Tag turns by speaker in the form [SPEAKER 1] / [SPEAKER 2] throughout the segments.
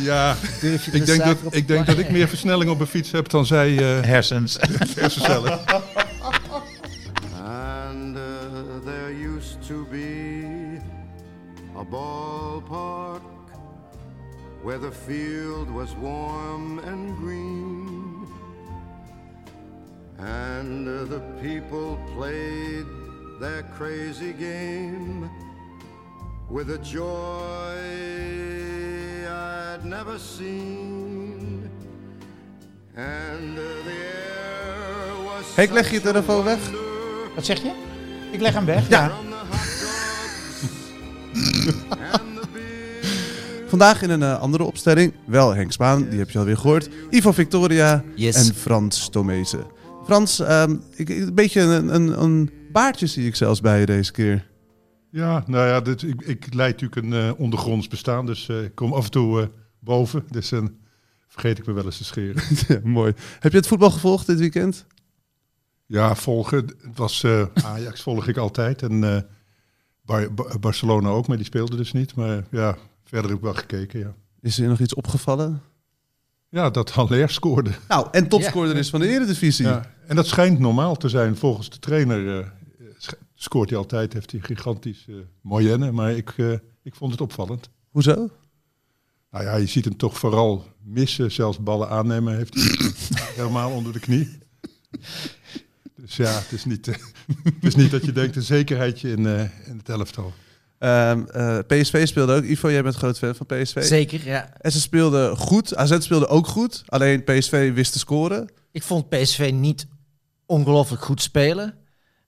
[SPEAKER 1] Ja,
[SPEAKER 2] Durf je de
[SPEAKER 1] ik denk, dat,
[SPEAKER 2] suiker op te
[SPEAKER 1] ik denk dat ik
[SPEAKER 2] plakken?
[SPEAKER 1] meer versnelling op mijn fiets heb dan zij eh
[SPEAKER 3] Hersens.
[SPEAKER 1] hersencellen.
[SPEAKER 4] And uh, there used to be a ballpark where the field was warm and green. And uh, the people played their crazy game with a joy I'd never seen. And uh, the air was
[SPEAKER 2] Henk, leg je
[SPEAKER 4] such a
[SPEAKER 2] telefoon weg.
[SPEAKER 4] wonder
[SPEAKER 3] Wat zeg je? Ik leg hem weg. Ja.
[SPEAKER 4] from the hot dogs and the beer.
[SPEAKER 2] Vandaag in een eh, andere opstelling. Wel Henk Spaan, die heb je alweer gehoord. Ivo Victoria
[SPEAKER 3] Yes.
[SPEAKER 2] en Frans Tomezen. Frans, ehm, ik, ik- een beetje een, een, een baardje zie ik zelfs bij je deze keer.
[SPEAKER 1] Ja, nou ja, dit, ik, ik leid natuurlijk een eh, ondergronds bestaan, dus eh, ik kom af en toe eh, boven. Dus dan vergeet ik me wel eens te scheren.
[SPEAKER 2] Ja, mooi. Heb je het voetbal gevolgd dit weekend?
[SPEAKER 1] Ja, volgen. Het was eh, Ajax volg ik altijd en eh, Bar- Bar- Barcelona ook, maar die speelde dus niet. Maar ja, verder heb ik wel gekeken, ja.
[SPEAKER 2] Is er nog iets opgevallen?
[SPEAKER 1] Ja, dat Haller scoorde.
[SPEAKER 2] Nou, en topscorer is van de Eredivisie.
[SPEAKER 1] Ja, en dat schijnt normaal te zijn. Volgens de trainer eh, sch- scoort hij altijd, heeft hij gigantisch eh moyenne. Maar ik, eh, ik vond het opvallend.
[SPEAKER 2] Hoezo?
[SPEAKER 1] Nou ja, je ziet hem toch vooral missen, zelfs ballen aannemen heeft hij helemaal onder de knie. Dus ja, het is niet, eh, het is niet dat je denkt een zekerheidje in, eh, in het elftal.
[SPEAKER 2] Ehm, eh, PSV speelde ook. Ivo, jij bent groot fan van PSV.
[SPEAKER 3] Zeker, ja.
[SPEAKER 2] En ze speelden goed. AZ speelde ook goed. Alleen PSV wist te scoren.
[SPEAKER 5] Ik vond PSV niet ongelooflijk goed spelen.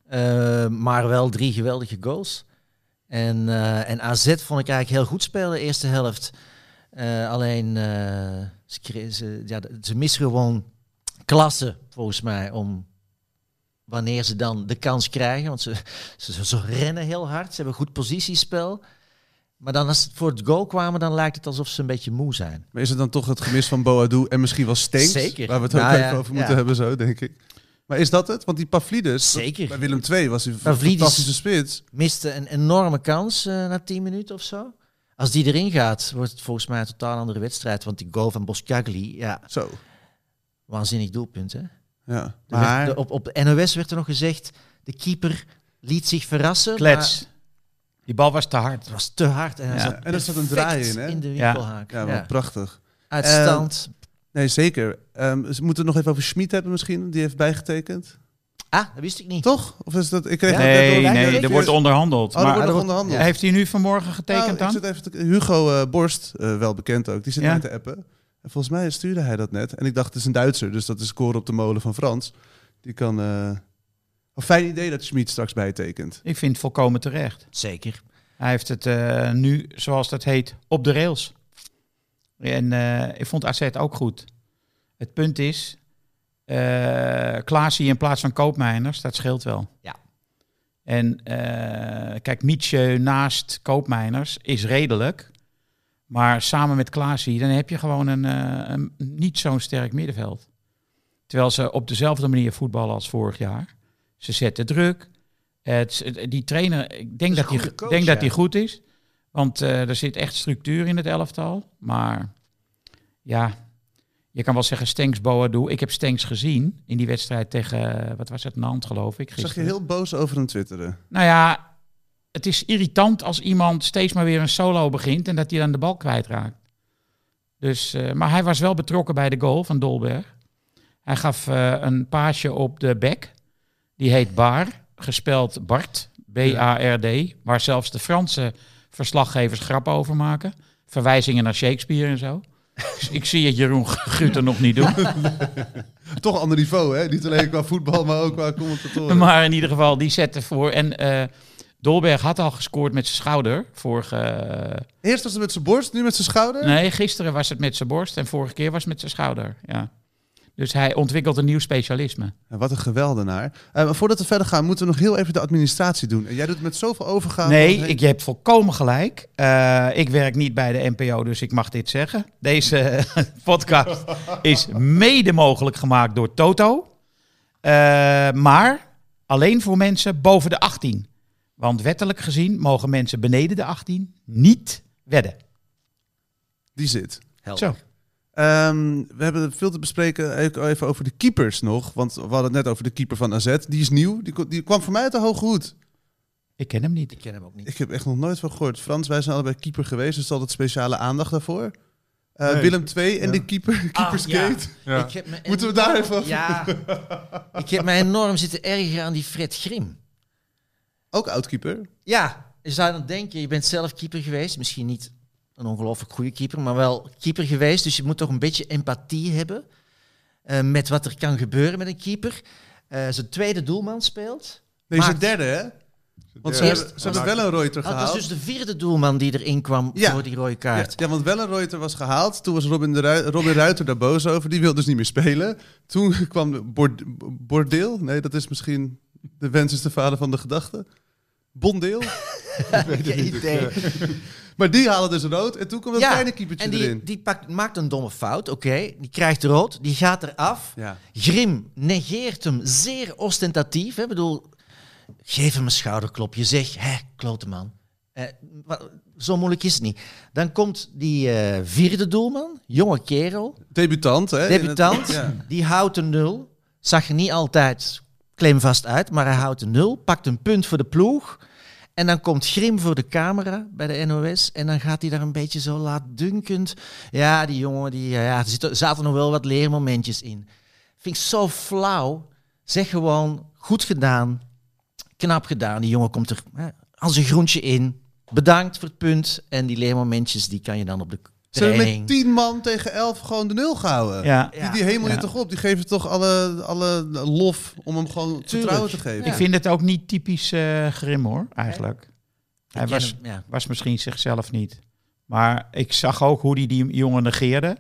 [SPEAKER 5] eh, maar wel drie geweldige goals. En, eh, en AZ vond ik eigenlijk heel goed spelen de eerste helft. Eh, alleen eh, ze, cre- ze, ja, d- ze missen gewoon klasse, volgens mij, om wanneer ze dan de kans krijgen. Want ze, ze, ze- ze rennen heel hard, ze hebben goed positiespel. Maar dan als ze voor het goal kwamen, dan lijkt het alsof ze een beetje moe zijn.
[SPEAKER 2] Maar is het dan toch het gemis van Boadu en misschien wel Stenks?
[SPEAKER 5] Zeker.
[SPEAKER 2] Waar we het ook
[SPEAKER 5] Nou
[SPEAKER 2] even
[SPEAKER 5] ja,
[SPEAKER 2] over moeten
[SPEAKER 5] ja.
[SPEAKER 2] hebben zo, denk ik. Maar is dat het? Want die Pavlidis,
[SPEAKER 5] Zeker.
[SPEAKER 2] bij Willem II was hij een
[SPEAKER 5] Pavlidis-
[SPEAKER 2] fantastische spits.
[SPEAKER 5] miste een enorme kans eh, na 10 minuten of zo. Als die erin gaat, wordt het volgens mij een totaal andere wedstrijd. Want die goal van Boscagli, ja,
[SPEAKER 2] Zo,
[SPEAKER 5] waanzinnig doelpunt. Hè? Er
[SPEAKER 2] ja.
[SPEAKER 5] werd-
[SPEAKER 2] Maar
[SPEAKER 5] de- op, op de NOS werd er nog gezegd, de keeper liet zich verrassen. maar
[SPEAKER 3] Klets. Die bal was te hard.
[SPEAKER 5] Het was te hard en hij
[SPEAKER 3] Ja.
[SPEAKER 5] zat
[SPEAKER 2] En er zat een
[SPEAKER 5] perfect
[SPEAKER 2] draai in, hè?
[SPEAKER 5] in de
[SPEAKER 3] Ja.
[SPEAKER 5] winkelhaak.
[SPEAKER 2] ja,
[SPEAKER 5] Ja,
[SPEAKER 2] wel prachtig.
[SPEAKER 5] Uitstand.
[SPEAKER 2] Nee, zeker. Ehm, dus we moeten het nog even over Schmid hebben misschien. Die heeft bijgetekend.
[SPEAKER 5] ah, dat wist ik niet.
[SPEAKER 2] Toch? Of is dat... Ik kreeg dat net
[SPEAKER 3] Nee,
[SPEAKER 2] door-
[SPEAKER 3] nee, er wordt onderhandeld.
[SPEAKER 2] Oh, er
[SPEAKER 3] maar-
[SPEAKER 2] wordt nog onderhandeld.
[SPEAKER 3] Heeft hij nu vanmorgen getekend
[SPEAKER 2] Nou, ik
[SPEAKER 3] dan?
[SPEAKER 2] zit even te- Hugo eh, Borst, eh, wel bekend ook, die zit
[SPEAKER 3] Ja.
[SPEAKER 2] mij te appen. En volgens mij stuurde hij dat net. En ik dacht, het is een Duitser, dus dat is koren op de molen van Frans. Die kan... eh, een fijn idee dat Schmid straks bijtekent.
[SPEAKER 3] Ik vind het volkomen terecht.
[SPEAKER 5] Zeker.
[SPEAKER 3] Hij heeft het eh, nu, zoals dat heet, op de rails. En eh, ik vond AZ ook goed. Het punt is, eh Klaasie in plaats van Koopmeiners, dat scheelt wel.
[SPEAKER 5] Ja.
[SPEAKER 3] En eh, kijk, Mietje naast Koopmeiners is redelijk. Maar samen met Klaasie, dan heb je gewoon een, eh, een niet zo'n sterk middenveld. Terwijl ze op dezelfde manier voetballen als vorig jaar. Ze zetten druk. Het, het- die trainer, ik denk
[SPEAKER 5] is
[SPEAKER 3] dat,
[SPEAKER 5] een
[SPEAKER 3] die,
[SPEAKER 5] goede coach,
[SPEAKER 3] denk dat
[SPEAKER 5] ja.
[SPEAKER 3] die goed is. Want eh, er zit echt structuur in het elftal. Maar ja, je kan wel zeggen Stenks, Boadu. Ik heb Stenks gezien in die wedstrijd tegen, eh, wat was het, Nant geloof ik.
[SPEAKER 2] Ik zag je
[SPEAKER 3] gisteren.
[SPEAKER 2] heel boos over hem twitteren.
[SPEAKER 3] Nou ja, het is irritant als iemand steeds maar weer een solo begint en dat hij dan de bal kwijtraakt. Dus, eh, maar hij was wel betrokken bij de goal van Dolberg. Hij gaf eh, een paasje op de bek. Die heet Baar, gespeld Bart, B-A-R-D. Waar zelfs de Franse verslaggevers grap over maken. Verwijzingen naar Shakespeare en zo. Ik zie het Jeroen Guter nog niet doen.
[SPEAKER 2] Toch een ander niveau, hè? Niet alleen qua voetbal, maar ook qua commentatoren.
[SPEAKER 3] Maar in ieder geval, die zette voor. En eh, Dolberg had al gescoord met zijn schouder. Vorige,
[SPEAKER 2] Eerst was het met zijn borst, nu met zijn schouder.
[SPEAKER 3] nee, gisteren was het met zijn borst en vorige keer was het met zijn schouder. Ja. Dus hij ontwikkelt een nieuw specialisme.
[SPEAKER 2] Ja, wat een geweldenaar. Eh, maar voordat we verder gaan, moeten we nog heel even de administratie doen. En jij doet het met zoveel overgaan.
[SPEAKER 3] Nee, ik, je hebt volkomen gelijk. Eh, ik werk niet bij de NPO, dus ik mag dit zeggen. Deze podcast is mede mogelijk gemaakt door Toto. Eh, maar alleen voor mensen boven de 18. Want wettelijk gezien mogen mensen beneden de 18 niet wedden.
[SPEAKER 2] Die zit.
[SPEAKER 5] Helder.
[SPEAKER 3] Zo.
[SPEAKER 2] Ehm, we hebben veel te bespreken eh, ook even over de keepers nog. Want we hadden het net over de keeper van AZ. Die is nieuw. Die, ko- die kwam voor mij uit de Hoge Hoed.
[SPEAKER 3] Ik ken hem niet.
[SPEAKER 5] Ik ken hem ook niet.
[SPEAKER 2] Ik heb echt nog nooit van gehoord. Frans, wij zijn allebei keeper geweest. Dus altijd speciale aandacht daarvoor. Eh,
[SPEAKER 1] Nee.
[SPEAKER 2] Willem II en
[SPEAKER 1] Ja.
[SPEAKER 2] de keeper. Keeperskate.
[SPEAKER 1] Ja.
[SPEAKER 5] Ik heb me
[SPEAKER 2] Moeten we daar even over?
[SPEAKER 5] Ah, Ja. ik heb me enorm zitten ergeren aan die Fred Grim.
[SPEAKER 2] Ook oud-keeper.
[SPEAKER 5] Ja, je zou dan denken, je bent zelf keeper geweest. Misschien niet een ongelooflijk goede keeper, maar wel keeper geweest. Dus je moet toch een beetje empathie hebben eh, met wat er kan gebeuren met een keeper. Eh, zijn tweede doelman speelt.
[SPEAKER 2] Nee,
[SPEAKER 5] Maar-
[SPEAKER 2] zijn derde hè? Want ze
[SPEAKER 5] Ja.
[SPEAKER 2] hebben, ze hebben wel een Reuter
[SPEAKER 5] Ah, het
[SPEAKER 2] gehaald.
[SPEAKER 5] was dus de vierde doelman die erin kwam
[SPEAKER 2] Ja.
[SPEAKER 5] voor die rode
[SPEAKER 2] Ja,
[SPEAKER 5] kaart.
[SPEAKER 2] ja, want Wellenreuter was gehaald. Toen was Robin, de Ruy- Robin Ruiter daar boos over. Die wilde dus niet meer spelen. Toen kwam Bord- Bordeel. Nee, dat is misschien... De wens is de vader van de gedachte. Bondeel.
[SPEAKER 5] Geen idee.
[SPEAKER 2] maar die halen dus rood. En toen kwam dat
[SPEAKER 5] Ja,
[SPEAKER 2] dus, eh, kleine keepertje
[SPEAKER 5] En die,
[SPEAKER 2] erin.
[SPEAKER 5] die pakt, maakt een domme fout, oké. Die krijgt rood, die gaat eraf.
[SPEAKER 2] Ja.
[SPEAKER 5] Grim negeert hem zeer ostentatief. Hè? Ik bedoel, geef hem een schouderklopje. Zeg, hè, klote man. Eh, wa- zo moeilijk is het niet. Dan komt die eh, vierde doelman, jonge kerel,
[SPEAKER 2] Debutant, hè?
[SPEAKER 5] debutant.
[SPEAKER 2] In het-
[SPEAKER 5] Die houdt een nul. Zag er niet altijd claimvast uit, maar hij houdt een nul. Pakt een punt voor de ploeg. En dan komt Grim voor de camera bij de NOS. En dan gaat hij daar een beetje zo laatdunkend. Ja, die jongen, die, ja, er zitten- zaten nog wel wat leermomentjes in. Vind ik zo flauw. Zeg gewoon, goed gedaan. Knap gedaan. Die jongen komt er hè, als een groentje in. Bedankt voor het punt. En die leermomentjes, die kan je dan op de
[SPEAKER 2] Ze hebben met
[SPEAKER 5] training...
[SPEAKER 2] tien man tegen elf gewoon de nul gehouden.
[SPEAKER 3] Ja.
[SPEAKER 5] Ja.
[SPEAKER 2] Die, die hemel je
[SPEAKER 3] Ja.
[SPEAKER 2] toch op. Die geven toch alle, alle lof om hem gewoon vertrouwen te geven.
[SPEAKER 5] Ja.
[SPEAKER 3] Ik vind het ook niet typisch eh, Grim hoor, eigenlijk. Hij
[SPEAKER 5] Ik ken
[SPEAKER 3] was,
[SPEAKER 5] hem, ja.
[SPEAKER 3] was misschien zichzelf niet. Maar ik zag ook hoe hij die jongen negeerde.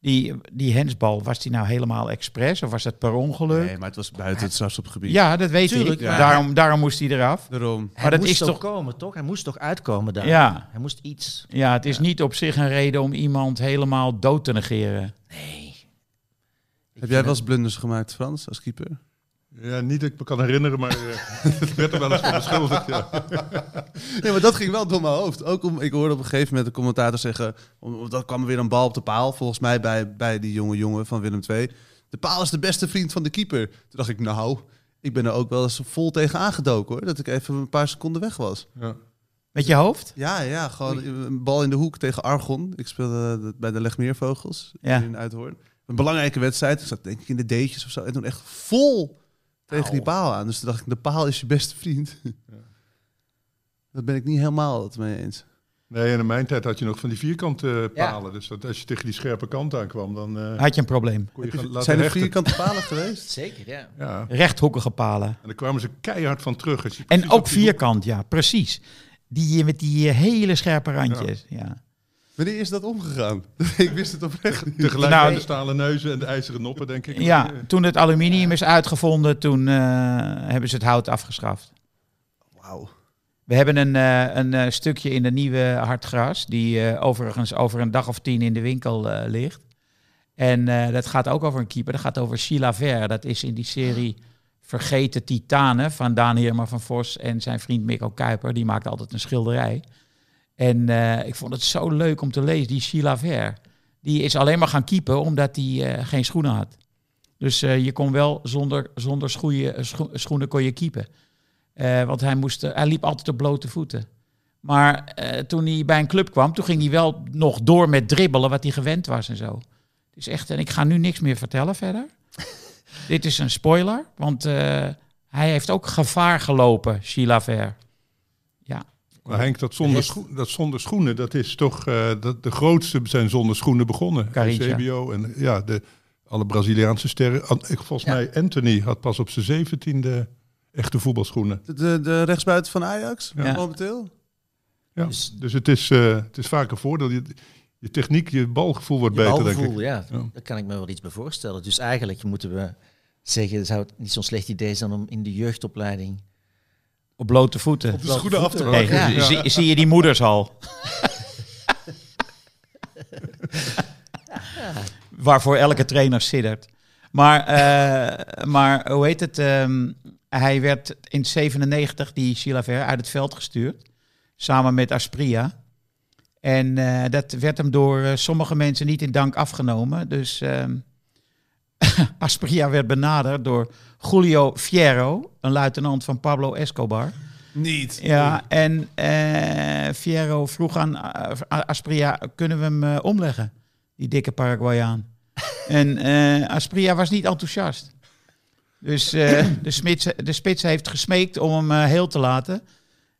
[SPEAKER 3] Die, die hensbal, was die nou helemaal expres of was dat per ongeluk?
[SPEAKER 2] Nee, maar het was buiten het strafschopgebied.
[SPEAKER 3] Ja, dat weet
[SPEAKER 5] Tuurlijk,
[SPEAKER 3] ik.
[SPEAKER 5] maar-
[SPEAKER 3] Daarom, daarom moest hij eraf.
[SPEAKER 2] Daarom.
[SPEAKER 5] Hij
[SPEAKER 3] Maar dat
[SPEAKER 5] moest
[SPEAKER 3] is
[SPEAKER 5] toch
[SPEAKER 3] toch-
[SPEAKER 5] komen, toch? Hij moest toch uitkomen daar?
[SPEAKER 3] Ja,
[SPEAKER 5] Hij moest iets.
[SPEAKER 3] ja het is niet op zich een reden om iemand helemaal dood te negeren.
[SPEAKER 5] Nee.
[SPEAKER 2] Heb jij wel eens blunders gemaakt, Frans, als keeper?
[SPEAKER 1] Ja, niet dat ik me kan herinneren, maar eh, het werd er wel eens van beschuldigd. Ja.
[SPEAKER 2] Nee, maar dat ging wel door mijn hoofd. Ook om, ik hoorde op een gegeven moment de commentator zeggen... Om, om- dat kwam weer een bal op de paal, volgens mij bij, bij die jonge jongen van Willem II. De paal is de beste vriend van de keeper. Toen dacht ik, nou, ik ben er ook wel eens vol tegen aangedoken hoor. Dat ik even een paar seconden weg was.
[SPEAKER 1] Ja.
[SPEAKER 3] Met je hoofd?
[SPEAKER 2] Ja, ja, gewoon een bal in de hoek tegen Argon. Ik speelde eh, bij de Legmeervogels
[SPEAKER 3] Ja.
[SPEAKER 2] hier in Uithoorn. Een belangrijke wedstrijd. Ik zat denk ik in de deetjes of zo. En toen echt vol tegen die paal aan. Dus toen dacht ik, de paal is je beste vriend. Dat ben ik niet helemaal het mee eens.
[SPEAKER 1] Nee, en in mijn tijd had je nog van die vierkante
[SPEAKER 5] Ja.
[SPEAKER 1] palen. Dus dat, als je tegen die scherpe kant aankwam, dan eh,
[SPEAKER 3] Had je een probleem?
[SPEAKER 1] kon je gaan laten
[SPEAKER 2] Zijn er
[SPEAKER 1] hechten.
[SPEAKER 2] vierkante palen geweest?
[SPEAKER 5] Zeker, ja.
[SPEAKER 1] Ja,
[SPEAKER 3] Rechthoekige palen.
[SPEAKER 1] en daar kwamen ze keihard van terug. Als je
[SPEAKER 3] En
[SPEAKER 1] precies op
[SPEAKER 3] ook
[SPEAKER 1] die
[SPEAKER 3] vierkant, ja, precies. Die eh, met die eh, hele scherpe randjes. Ja.
[SPEAKER 2] Wanneer is dat omgegaan? ik wist het oprecht niet.
[SPEAKER 1] hoek- Tegelijk
[SPEAKER 3] Nou,
[SPEAKER 1] met de stalen neuzen en de ijzeren noppen, denk ik. Eh,
[SPEAKER 3] Ja. toen het aluminium is uitgevonden, toen eh, hebben ze het hout afgeschaft.
[SPEAKER 2] Wauw.
[SPEAKER 3] We hebben een, eh, een eh, stukje in de nieuwe hardgras, die eh, overigens over een dag of tien in de winkel eh, ligt. En eh, dat gaat ook over een keeper, dat gaat over Chilaver. Dat is in die serie Vergeten Titanen van Daan Heerma van Vos en zijn vriend Mikko Kuiper. Die maakt altijd een schilderij. En eh, ik vond het zo leuk om te lezen, die Chilaver. Die is alleen maar gaan keepen omdat hij eh, geen schoenen had. Dus eh, je kon wel zonder, zonder schoeien, scho- schoenen kon je keepen. Eh, want hij, moest, eh, hij liep altijd op blote voeten. Maar eh, toen hij bij een club kwam, toen ging hij wel nog door met dribbelen, wat hij gewend was en zo. Het is echt, en ik ga nu niks meer vertellen verder. Dit is een spoiler, want eh, hij heeft ook gevaar gelopen, Chilaver. Ja.
[SPEAKER 1] Maar Henk, dat zonder,
[SPEAKER 5] Rest-
[SPEAKER 1] schoen- dat zonder schoenen, dat is toch... eh, dat de grootste zijn zonder schoenen begonnen.
[SPEAKER 3] Carinthia.
[SPEAKER 1] CBO en ja, de, alle Braziliaanse sterren. An- ik- Volgens
[SPEAKER 5] Ja.
[SPEAKER 1] mij Anthony had pas op zijn zeventiende echte voetbalschoenen.
[SPEAKER 2] De, de, de rechtsbuiten van Ajax,
[SPEAKER 3] Ja.
[SPEAKER 2] momenteel.
[SPEAKER 1] Ja.
[SPEAKER 5] Dus-
[SPEAKER 1] Dus, het, is, eh, het is vaak een voordeel. Je, je techniek, je balgevoel wordt
[SPEAKER 5] Je
[SPEAKER 1] beter, denk
[SPEAKER 5] balgevoel,
[SPEAKER 1] ik.
[SPEAKER 5] ja.
[SPEAKER 1] Ja.
[SPEAKER 5] Daar kan ik me wel iets bij voorstellen. Dus eigenlijk moeten we zeggen, zou het niet zo'n slecht idee zijn om in de jeugdopleiding...
[SPEAKER 3] Op blote voeten.
[SPEAKER 5] de schoenen af te
[SPEAKER 3] Nee,
[SPEAKER 5] Ja.
[SPEAKER 3] zie- Zie, zie je die moeders al? Waarvoor elke trainer siddert. Maar, eh, maar hoe heet het? ehm, hij werd in 97, die Chilaver, uit het veld gestuurd. Samen met Aspria. En eh, dat werd hem door eh, sommige mensen niet in dank afgenomen. Dus ehm Aspria werd benaderd door Julio Fierro, een luitenant van Pablo Escobar.
[SPEAKER 2] Niet.
[SPEAKER 3] Ja, en eh, Fierro vroeg aan eh, A- Aspria, kunnen we hem eh, omleggen? Die dikke Paraguayaan. en eh, Aspria was niet enthousiast. Dus eh, de, smits, de spits heeft gesmeekt om hem eh, heel te laten.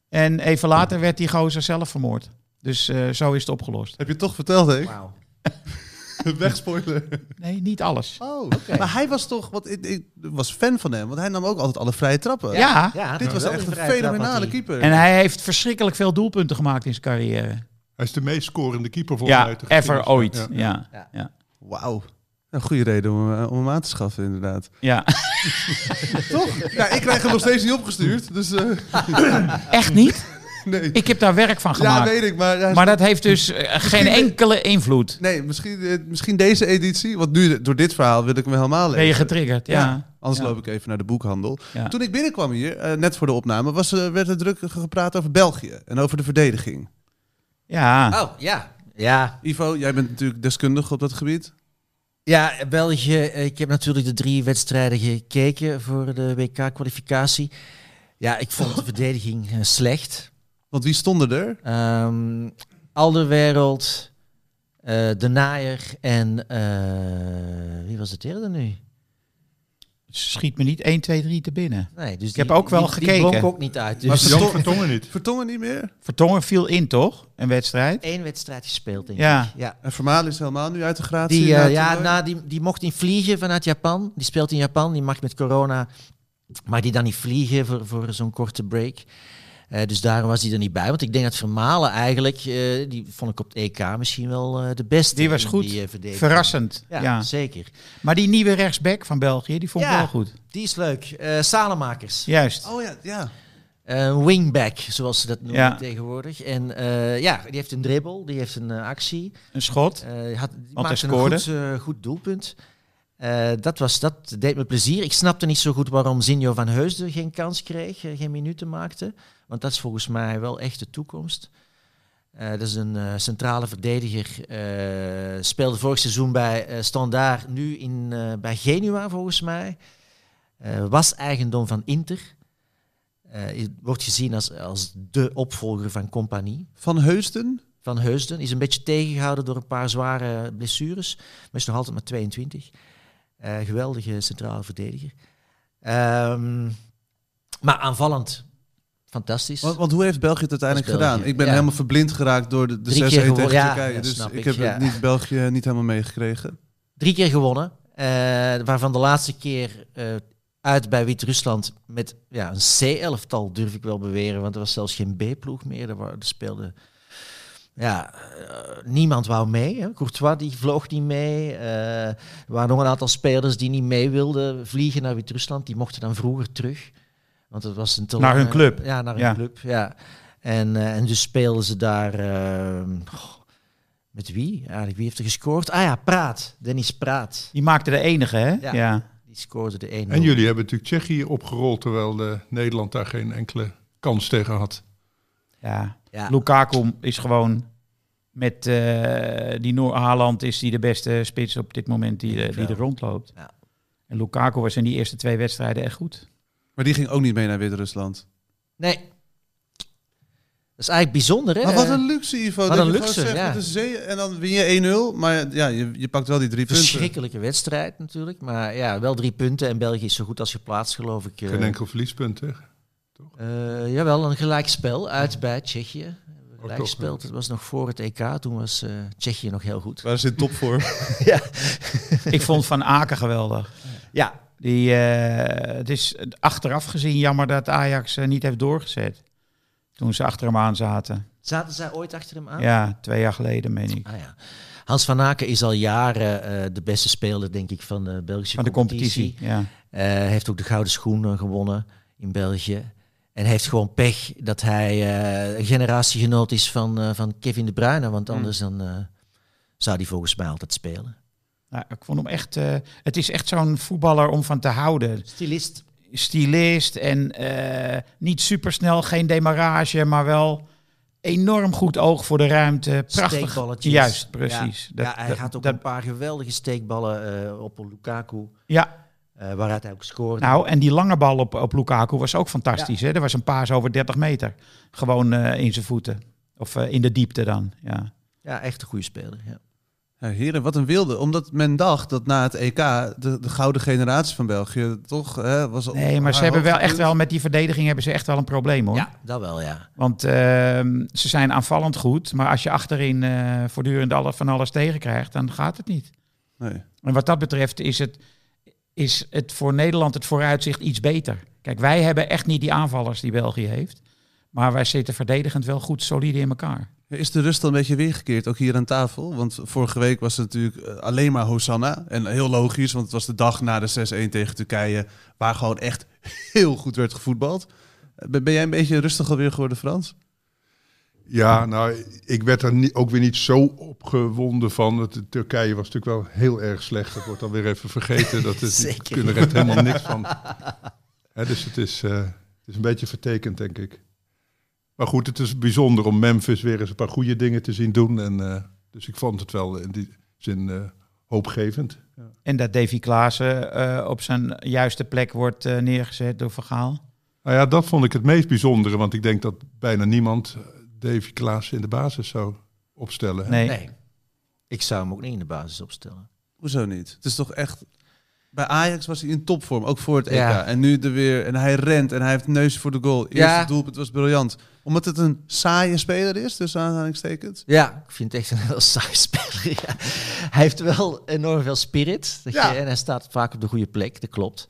[SPEAKER 3] En even later werd die gozer zelf vermoord. Dus eh, zo is het opgelost.
[SPEAKER 2] Heb je het toch verteld, hè?
[SPEAKER 5] Wauw.
[SPEAKER 2] Wegspoiler.
[SPEAKER 3] Nee, niet alles.
[SPEAKER 2] Oh,
[SPEAKER 5] Oké.
[SPEAKER 2] maar hij was toch... Want ik, ik was fan van hem, want hij nam ook altijd alle vrije trappen.
[SPEAKER 3] Ja.
[SPEAKER 5] Ja,
[SPEAKER 2] Dit was
[SPEAKER 5] wel
[SPEAKER 2] echt
[SPEAKER 5] die
[SPEAKER 2] een
[SPEAKER 5] vrije trap had
[SPEAKER 2] fenomenale
[SPEAKER 5] hij.
[SPEAKER 2] keeper.
[SPEAKER 3] En hij heeft verschrikkelijk veel doelpunten gemaakt in zijn carrière.
[SPEAKER 1] Hij is de meest scorende keeper volgens mij.
[SPEAKER 3] Ja,
[SPEAKER 1] uit de
[SPEAKER 3] ever
[SPEAKER 1] geschiedenis.
[SPEAKER 3] ooit.
[SPEAKER 1] Ja.
[SPEAKER 3] Ja.
[SPEAKER 5] Ja.
[SPEAKER 3] Ja.
[SPEAKER 2] Wauw. Een goede reden om, eh, om hem aan te schaffen, inderdaad.
[SPEAKER 3] ja.
[SPEAKER 2] Toch? Ja, ik krijg hem nog steeds niet opgestuurd, dus eh,
[SPEAKER 3] Echt niet?
[SPEAKER 2] nee.
[SPEAKER 3] Ik heb daar werk van
[SPEAKER 2] Ja,
[SPEAKER 3] gemaakt.
[SPEAKER 2] weet ik, maar...
[SPEAKER 5] Eh,
[SPEAKER 2] hij is-
[SPEAKER 3] Maar dat heeft dus eh, geen enkele invloed.
[SPEAKER 2] Nee, misschien, eh, misschien deze editie, want nu door dit verhaal wil ik hem helemaal lezen.
[SPEAKER 3] Ben je getriggerd? Ja.
[SPEAKER 2] Anders
[SPEAKER 3] Ja.
[SPEAKER 2] loop ik even naar de boekhandel.
[SPEAKER 3] Ja.
[SPEAKER 2] Toen ik binnenkwam hier, eh, net voor de opname, was, eh, werd er druk gepraat over België en over de verdediging.
[SPEAKER 3] Ja.
[SPEAKER 5] Oh, ja. Ja,
[SPEAKER 2] Ivo, jij bent natuurlijk deskundig op dat gebied.
[SPEAKER 5] ja, België. eh, Ik heb natuurlijk de drie wedstrijden gekeken voor de WK-kwalificatie. Ja, ik vond de verdediging eh, slecht.
[SPEAKER 2] Want wie stonden er?
[SPEAKER 5] Ehm Alderwereld, eh, De Naaier en eh, wie was het derde nu?
[SPEAKER 3] Schiet me niet 1, 2, 3 te binnen.
[SPEAKER 5] Nee, dus ik
[SPEAKER 3] heb ook wel
[SPEAKER 5] Die
[SPEAKER 3] gekeken.
[SPEAKER 5] blonk ook niet uit.
[SPEAKER 1] Maar
[SPEAKER 5] Dus
[SPEAKER 1] Jan Vertongen niet.
[SPEAKER 2] Vertongen niet meer.
[SPEAKER 3] Vertongen viel in, toch? Een wedstrijd.
[SPEAKER 5] één wedstrijd gespeeld, denk
[SPEAKER 3] Ja.
[SPEAKER 5] ik. Ja.
[SPEAKER 2] En Vermaal is helemaal nu uit de gratie.
[SPEAKER 5] Die,
[SPEAKER 2] na
[SPEAKER 5] eh,
[SPEAKER 2] het
[SPEAKER 5] ja,
[SPEAKER 2] toernooi.
[SPEAKER 5] na, die, die mocht niet vliegen vanuit Japan. Die speelt in Japan. Die mag met corona. Mag die dan niet vliegen voor, voor zo'n korte break. Eh, dus daarom was hij er niet bij. Want ik denk dat Vermalen eigenlijk, eh, die vond ik op het EK misschien wel eh, de beste.
[SPEAKER 3] Die was
[SPEAKER 5] in
[SPEAKER 3] goed.
[SPEAKER 5] eh, verdediging.
[SPEAKER 3] Verrassend.
[SPEAKER 5] Ja,
[SPEAKER 3] Ja,
[SPEAKER 5] zeker.
[SPEAKER 3] Maar die nieuwe rechtsback van België, die vond ik
[SPEAKER 5] Ja.
[SPEAKER 3] wel goed.
[SPEAKER 5] Die is leuk. Eh Salemakers.
[SPEAKER 3] Juist.
[SPEAKER 2] Oh ja, ja.
[SPEAKER 5] Eh, wingback, zoals ze dat noemen
[SPEAKER 3] Ja.
[SPEAKER 5] tegenwoordig. En eh, ja, die heeft een dribbel, die heeft een eh, actie.
[SPEAKER 3] Een schot.
[SPEAKER 5] Eh, had, die
[SPEAKER 3] hij
[SPEAKER 5] maakte een
[SPEAKER 3] scoorde.
[SPEAKER 5] goed, eh, goed doelpunt. Eh, dat, was, dat deed me plezier. Ik snapte niet zo goed waarom Zinjo van Heusden geen kans kreeg, eh, geen minuten maakte. Want dat is volgens mij wel echt de toekomst. Eh, dat is een eh, centrale verdediger. eh, speelde vorig seizoen bij eh Standaard, nu in, eh, bij Genua volgens mij. Eh, was eigendom van Inter. Eh, wordt gezien als, als de opvolger van Compagnie
[SPEAKER 2] Van Heusden.
[SPEAKER 5] van Heusden. Is een beetje tegengehouden door een paar zware blessures. Maar is nog altijd maar 22. Eh, geweldige centrale verdediger. Ehm, maar aanvallend, fantastisch.
[SPEAKER 2] Want, want hoe heeft België het uiteindelijk
[SPEAKER 5] Dat is België,
[SPEAKER 2] gedaan? Ik ben
[SPEAKER 5] ja.
[SPEAKER 2] helemaal verblind geraakt door de, de 6-1
[SPEAKER 5] Drie keer
[SPEAKER 2] tegen
[SPEAKER 5] gewo- ja,
[SPEAKER 2] Turkije.
[SPEAKER 5] dat
[SPEAKER 2] dus
[SPEAKER 5] snap
[SPEAKER 2] ik,
[SPEAKER 5] ik,
[SPEAKER 2] heb
[SPEAKER 5] ja.
[SPEAKER 2] het niet, België niet helemaal meegekregen.
[SPEAKER 5] Drie keer gewonnen. eh, waarvan de laatste keer eh, uit bij Wit-Rusland met ja, een C-elftal, durf ik wel beweren. Want er was zelfs geen B-ploeg meer. Er, wa- er speelde... Ja, eh, niemand wou mee. Hè. Courtois die vloog niet mee. eh, er waren nog een aantal spelers die niet mee wilden vliegen naar Wit-Rusland. Die mochten dan vroeger terug. Want het was een te
[SPEAKER 3] Naar hun
[SPEAKER 5] lange-
[SPEAKER 3] club.
[SPEAKER 5] Ja, naar hun
[SPEAKER 3] Ja.
[SPEAKER 5] club. Ja. En, eh, en dus speelden ze daar... eh, goh, met wie? Eigenlijk, wie heeft er gescoord? Ah ja, Praat. Dennis Praat.
[SPEAKER 3] Die maakte de enige, hè?
[SPEAKER 5] Ja.
[SPEAKER 3] Ja.
[SPEAKER 5] Die scoorde de 1
[SPEAKER 1] En jullie hebben natuurlijk Tsjechië opgerold, terwijl eh, Nederland daar geen enkele kans tegen had.
[SPEAKER 3] ja.
[SPEAKER 5] Ja.
[SPEAKER 3] Lukaku is gewoon met eh, die Noor-Haaland is die de beste spits op dit moment die,
[SPEAKER 5] Denk
[SPEAKER 3] eh,
[SPEAKER 5] ik
[SPEAKER 3] die er
[SPEAKER 5] wel.
[SPEAKER 3] rondloopt.
[SPEAKER 5] Ja.
[SPEAKER 3] En Lukaku was in die eerste twee wedstrijden echt goed.
[SPEAKER 2] Maar die ging ook niet mee naar Wit-Rusland.
[SPEAKER 5] Nee. Dat is eigenlijk bijzonder, hè? Eh,
[SPEAKER 2] Maar wat een luxe, Ivo.
[SPEAKER 5] wat
[SPEAKER 2] dat
[SPEAKER 5] een
[SPEAKER 2] je gewoon
[SPEAKER 5] luxe,
[SPEAKER 2] zegt,
[SPEAKER 5] ja.
[SPEAKER 2] het is zee- en dan win je 1-0, maar ja, je, je pakt wel die drie punten.
[SPEAKER 5] verschrikkelijke wedstrijd natuurlijk. Maar ja, wel drie punten. En België is zo goed als geplaatst, geloof ik. eh.
[SPEAKER 1] Geen enkel verliespunt, hè?
[SPEAKER 5] Eh, jawel, een gelijkspel uit bij Tsjechië. Gelijkspel,
[SPEAKER 1] toch,
[SPEAKER 5] dat was nog voor het EK. Toen was eh, Tsjechië nog heel goed.
[SPEAKER 2] Waar is in topvorm?
[SPEAKER 3] Ik vond Van Aken geweldig.
[SPEAKER 5] Ja.
[SPEAKER 3] Die, eh, het is achteraf gezien jammer dat Ajax eh, niet heeft doorgezet. Toen ze achter hem aan zaten.
[SPEAKER 5] Zaten zij ooit achter hem aan?
[SPEAKER 3] Ja, twee jaar geleden, meen ik.
[SPEAKER 5] Ah, ja. Hans van Aken is al jaren eh, de beste speler, denk ik, van de Belgische
[SPEAKER 3] Van de competitie. Ja.
[SPEAKER 5] Eh, heeft ook de gouden schoen eh, gewonnen in België. En heeft gewoon pech dat hij eh, een generatiegenoot is van, eh, van Kevin de Bruyne.
[SPEAKER 3] Mm.
[SPEAKER 5] Want anders dan, eh, zou hij volgens mij altijd spelen.
[SPEAKER 3] Nou, ik vond hem echt. eh, het is echt zo'n voetballer om van te houden.
[SPEAKER 5] Stilist.
[SPEAKER 3] Stylist en eh, niet supersnel, geen demarrage, maar wel Enorm goed oog voor de ruimte. Prachtig.
[SPEAKER 5] Steekballetjes.
[SPEAKER 3] Juist, precies.
[SPEAKER 5] Ja,
[SPEAKER 3] Dat-
[SPEAKER 5] ja, hij
[SPEAKER 3] dat-
[SPEAKER 5] gaat ook
[SPEAKER 3] dat-
[SPEAKER 5] een paar geweldige steekballen eh, op Lukaku,
[SPEAKER 3] ja,
[SPEAKER 5] eh, waaruit hij ook scoort.
[SPEAKER 3] nou, en die lange bal op, op Lukaku was ook fantastisch. Hè? Er was een paas over 30 meter. Gewoon eh, in zijn voeten. Of eh, in de diepte dan. Ja.
[SPEAKER 5] Ja, echt een goede speler. Ja.
[SPEAKER 2] Ja, heren, wat een wilde. Omdat men dacht dat na het EK de, de gouden generatie van België toch hè, was... op
[SPEAKER 3] Nee, maar ze
[SPEAKER 2] haar
[SPEAKER 3] hebben wel echt
[SPEAKER 2] hoogtepunt.
[SPEAKER 3] wel met die verdediging hebben ze echt wel een probleem hoor.
[SPEAKER 5] ja, dat wel, ja.
[SPEAKER 3] Want ehm, ze zijn aanvallend goed. Maar als je achterin eh, voortdurend alle, van alles tegenkrijgt, dan gaat het niet.
[SPEAKER 2] Nee.
[SPEAKER 3] En wat dat betreft is het, is het voor Nederland het vooruitzicht iets beter. Kijk, wij hebben echt niet die aanvallers die België heeft. Maar wij zitten verdedigend wel goed solide in elkaar.
[SPEAKER 2] Is de rust al een beetje weergekeerd, ook hier aan tafel? Want vorige week was het natuurlijk eh, alleen maar Hosanna. En heel logisch, want het was de dag na de 6-1 tegen Turkije... waar gewoon echt heel goed werd gevoetbald. Eh, Ben ben jij een beetje rustiger weer geworden, Frans?
[SPEAKER 1] Ja, nou, ik werd er ni- ook weer niet zo opgewonden van. Het, Turkije was natuurlijk wel heel erg slecht. Dat wordt dan weer even vergeten. Dat het, die
[SPEAKER 5] Zeker.
[SPEAKER 1] kunnen er echt helemaal niks van. Hè, dus het is, eh, het is een beetje vertekend, denk ik. Maar goed, het is bijzonder om Memphis weer eens een paar goede dingen te zien doen. En, eh, dus ik vond het wel in die zin eh, hoopgevend.
[SPEAKER 3] En dat Davy Klaassen eh, op zijn juiste plek wordt eh, neergezet door Vergaal.
[SPEAKER 1] Nou ja, dat vond ik het meest bijzondere. Want ik denk dat bijna niemand eh, Davy Klaas in de basis zou opstellen. hè.
[SPEAKER 3] Nee.
[SPEAKER 5] Nee. Ik zou hem ook niet in de basis opstellen.
[SPEAKER 2] Hoezo niet? Het is toch echt... Bij Ajax was hij in topvorm, ook voor het EK.
[SPEAKER 5] Ja.
[SPEAKER 2] En nu er weer. En hij rent en hij heeft neus voor de goal. Eerste
[SPEAKER 5] Ja.
[SPEAKER 2] doelpunt was briljant. Omdat het een saaie speler is, dus aanhalingstekens.
[SPEAKER 5] Ja, ik vind het echt een heel saai speler. ja. Hij heeft wel enorm veel spirit. dat je-
[SPEAKER 2] Ja.
[SPEAKER 5] en hij staat vaak op de goede plek, dat klopt.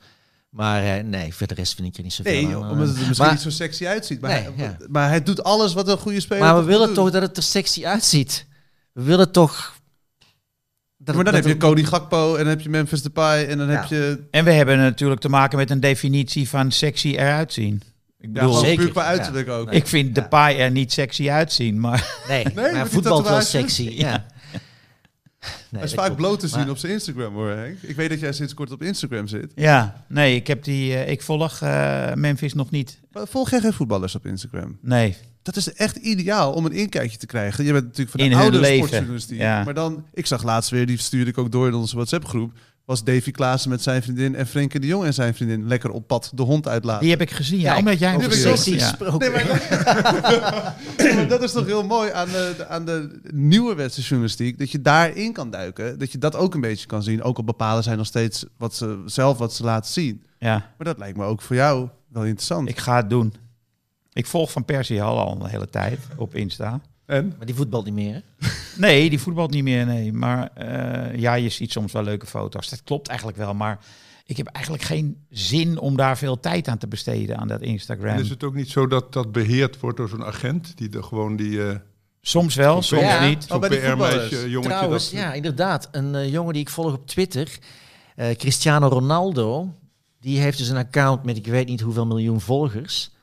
[SPEAKER 5] Maar eh, nee, voor de rest vind ik er niet zoveel
[SPEAKER 2] Nee,
[SPEAKER 5] aan. eh.
[SPEAKER 2] joh, omdat het er misschien
[SPEAKER 5] Maar-
[SPEAKER 2] niet zo sexy uitziet. Maar,
[SPEAKER 5] Nee,
[SPEAKER 2] hij,
[SPEAKER 5] ja.
[SPEAKER 2] maar hij doet alles wat een goede speler
[SPEAKER 5] Maar we
[SPEAKER 2] moet
[SPEAKER 5] willen
[SPEAKER 2] doen.
[SPEAKER 5] toch dat het er sexy uitziet. We willen toch...
[SPEAKER 2] Ja,
[SPEAKER 5] Dat,
[SPEAKER 2] maar dan
[SPEAKER 5] dat
[SPEAKER 2] heb je
[SPEAKER 5] het-
[SPEAKER 2] Cody Gakpo en dan heb je Memphis Depay en dan
[SPEAKER 5] Ja.
[SPEAKER 2] heb je...
[SPEAKER 3] En we hebben natuurlijk te maken met een definitie van sexy eruit zien. Ik
[SPEAKER 2] Ja,
[SPEAKER 3] bedoel,
[SPEAKER 2] gewoon
[SPEAKER 5] zeker.
[SPEAKER 2] puur qua uiterlijk ook.
[SPEAKER 5] Nee.
[SPEAKER 3] ik vind de Depay er niet sexy uitzien, maar
[SPEAKER 5] Nee,
[SPEAKER 2] met die
[SPEAKER 5] maar voetbal wel
[SPEAKER 2] tatoeages.
[SPEAKER 5] sexy. Ja. Nee,
[SPEAKER 2] hij is
[SPEAKER 5] dat klopt.
[SPEAKER 2] vaak bloot te zien
[SPEAKER 5] Maar-
[SPEAKER 2] op zijn Instagram hoor, Henk. Ik weet dat jij sinds kort op Instagram zit.
[SPEAKER 3] ja, nee, ik, heb die, eh, ik volg eh, Memphis nog niet.
[SPEAKER 2] Maar volg jij geen voetballers op Instagram?
[SPEAKER 3] Nee,
[SPEAKER 2] Dat is echt ideaal om een inkijkje te krijgen. Je bent natuurlijk van
[SPEAKER 3] In
[SPEAKER 2] de
[SPEAKER 3] hun
[SPEAKER 2] oude
[SPEAKER 3] leven,
[SPEAKER 2] sportjournalistiek.
[SPEAKER 3] ja.
[SPEAKER 2] Maar dan, ik zag laatst weer, die stuurde ik ook door in onze WhatsApp-groep... was Davy Klaassen met zijn vriendin en Frenkie de Jong en zijn vriendin... lekker op pad de hond uitlaten.
[SPEAKER 3] die heb ik gezien. Ja, omdat jij hem
[SPEAKER 5] over
[SPEAKER 2] heb ik
[SPEAKER 3] gezien
[SPEAKER 2] ook
[SPEAKER 3] hebt.
[SPEAKER 5] sexy
[SPEAKER 3] Ja.
[SPEAKER 5] gesproken.
[SPEAKER 2] Nee, maar, maar dat is toch heel mooi aan de, aan de nieuwe journalistiek. Dat je daarin kan duiken. Dat je dat ook een beetje kan zien. Ook al bepalen zij nog steeds wat ze, zelf wat ze laten zien.
[SPEAKER 3] Ja,
[SPEAKER 2] Maar dat lijkt me ook voor jou wel interessant.
[SPEAKER 3] ik ga het doen. Ik volg Van Persie al, al een hele tijd op Insta.
[SPEAKER 1] En?
[SPEAKER 5] Maar die voetbal niet meer. hè?
[SPEAKER 3] Nee, die voetbalt niet meer, nee. Maar eh, ja, je ziet soms wel leuke foto's. Dat klopt eigenlijk wel, maar ik heb eigenlijk geen zin om daar veel tijd aan te besteden aan dat Instagram.
[SPEAKER 2] Dus
[SPEAKER 1] En is het ook niet zo dat dat beheerd wordt door zo'n agent die er gewoon die eh,
[SPEAKER 3] Soms wel, soms
[SPEAKER 5] Ja.
[SPEAKER 3] niet.
[SPEAKER 1] zo'n
[SPEAKER 2] Oh, bij die voetballers.
[SPEAKER 1] PR-meisje jongetje
[SPEAKER 5] Trouwens,
[SPEAKER 1] dat,
[SPEAKER 5] ja, inderdaad. Een eh, jongen die ik volg op Twitter, eh, Cristiano Ronaldo, die heeft dus een account met ik weet niet hoeveel miljoen volgers.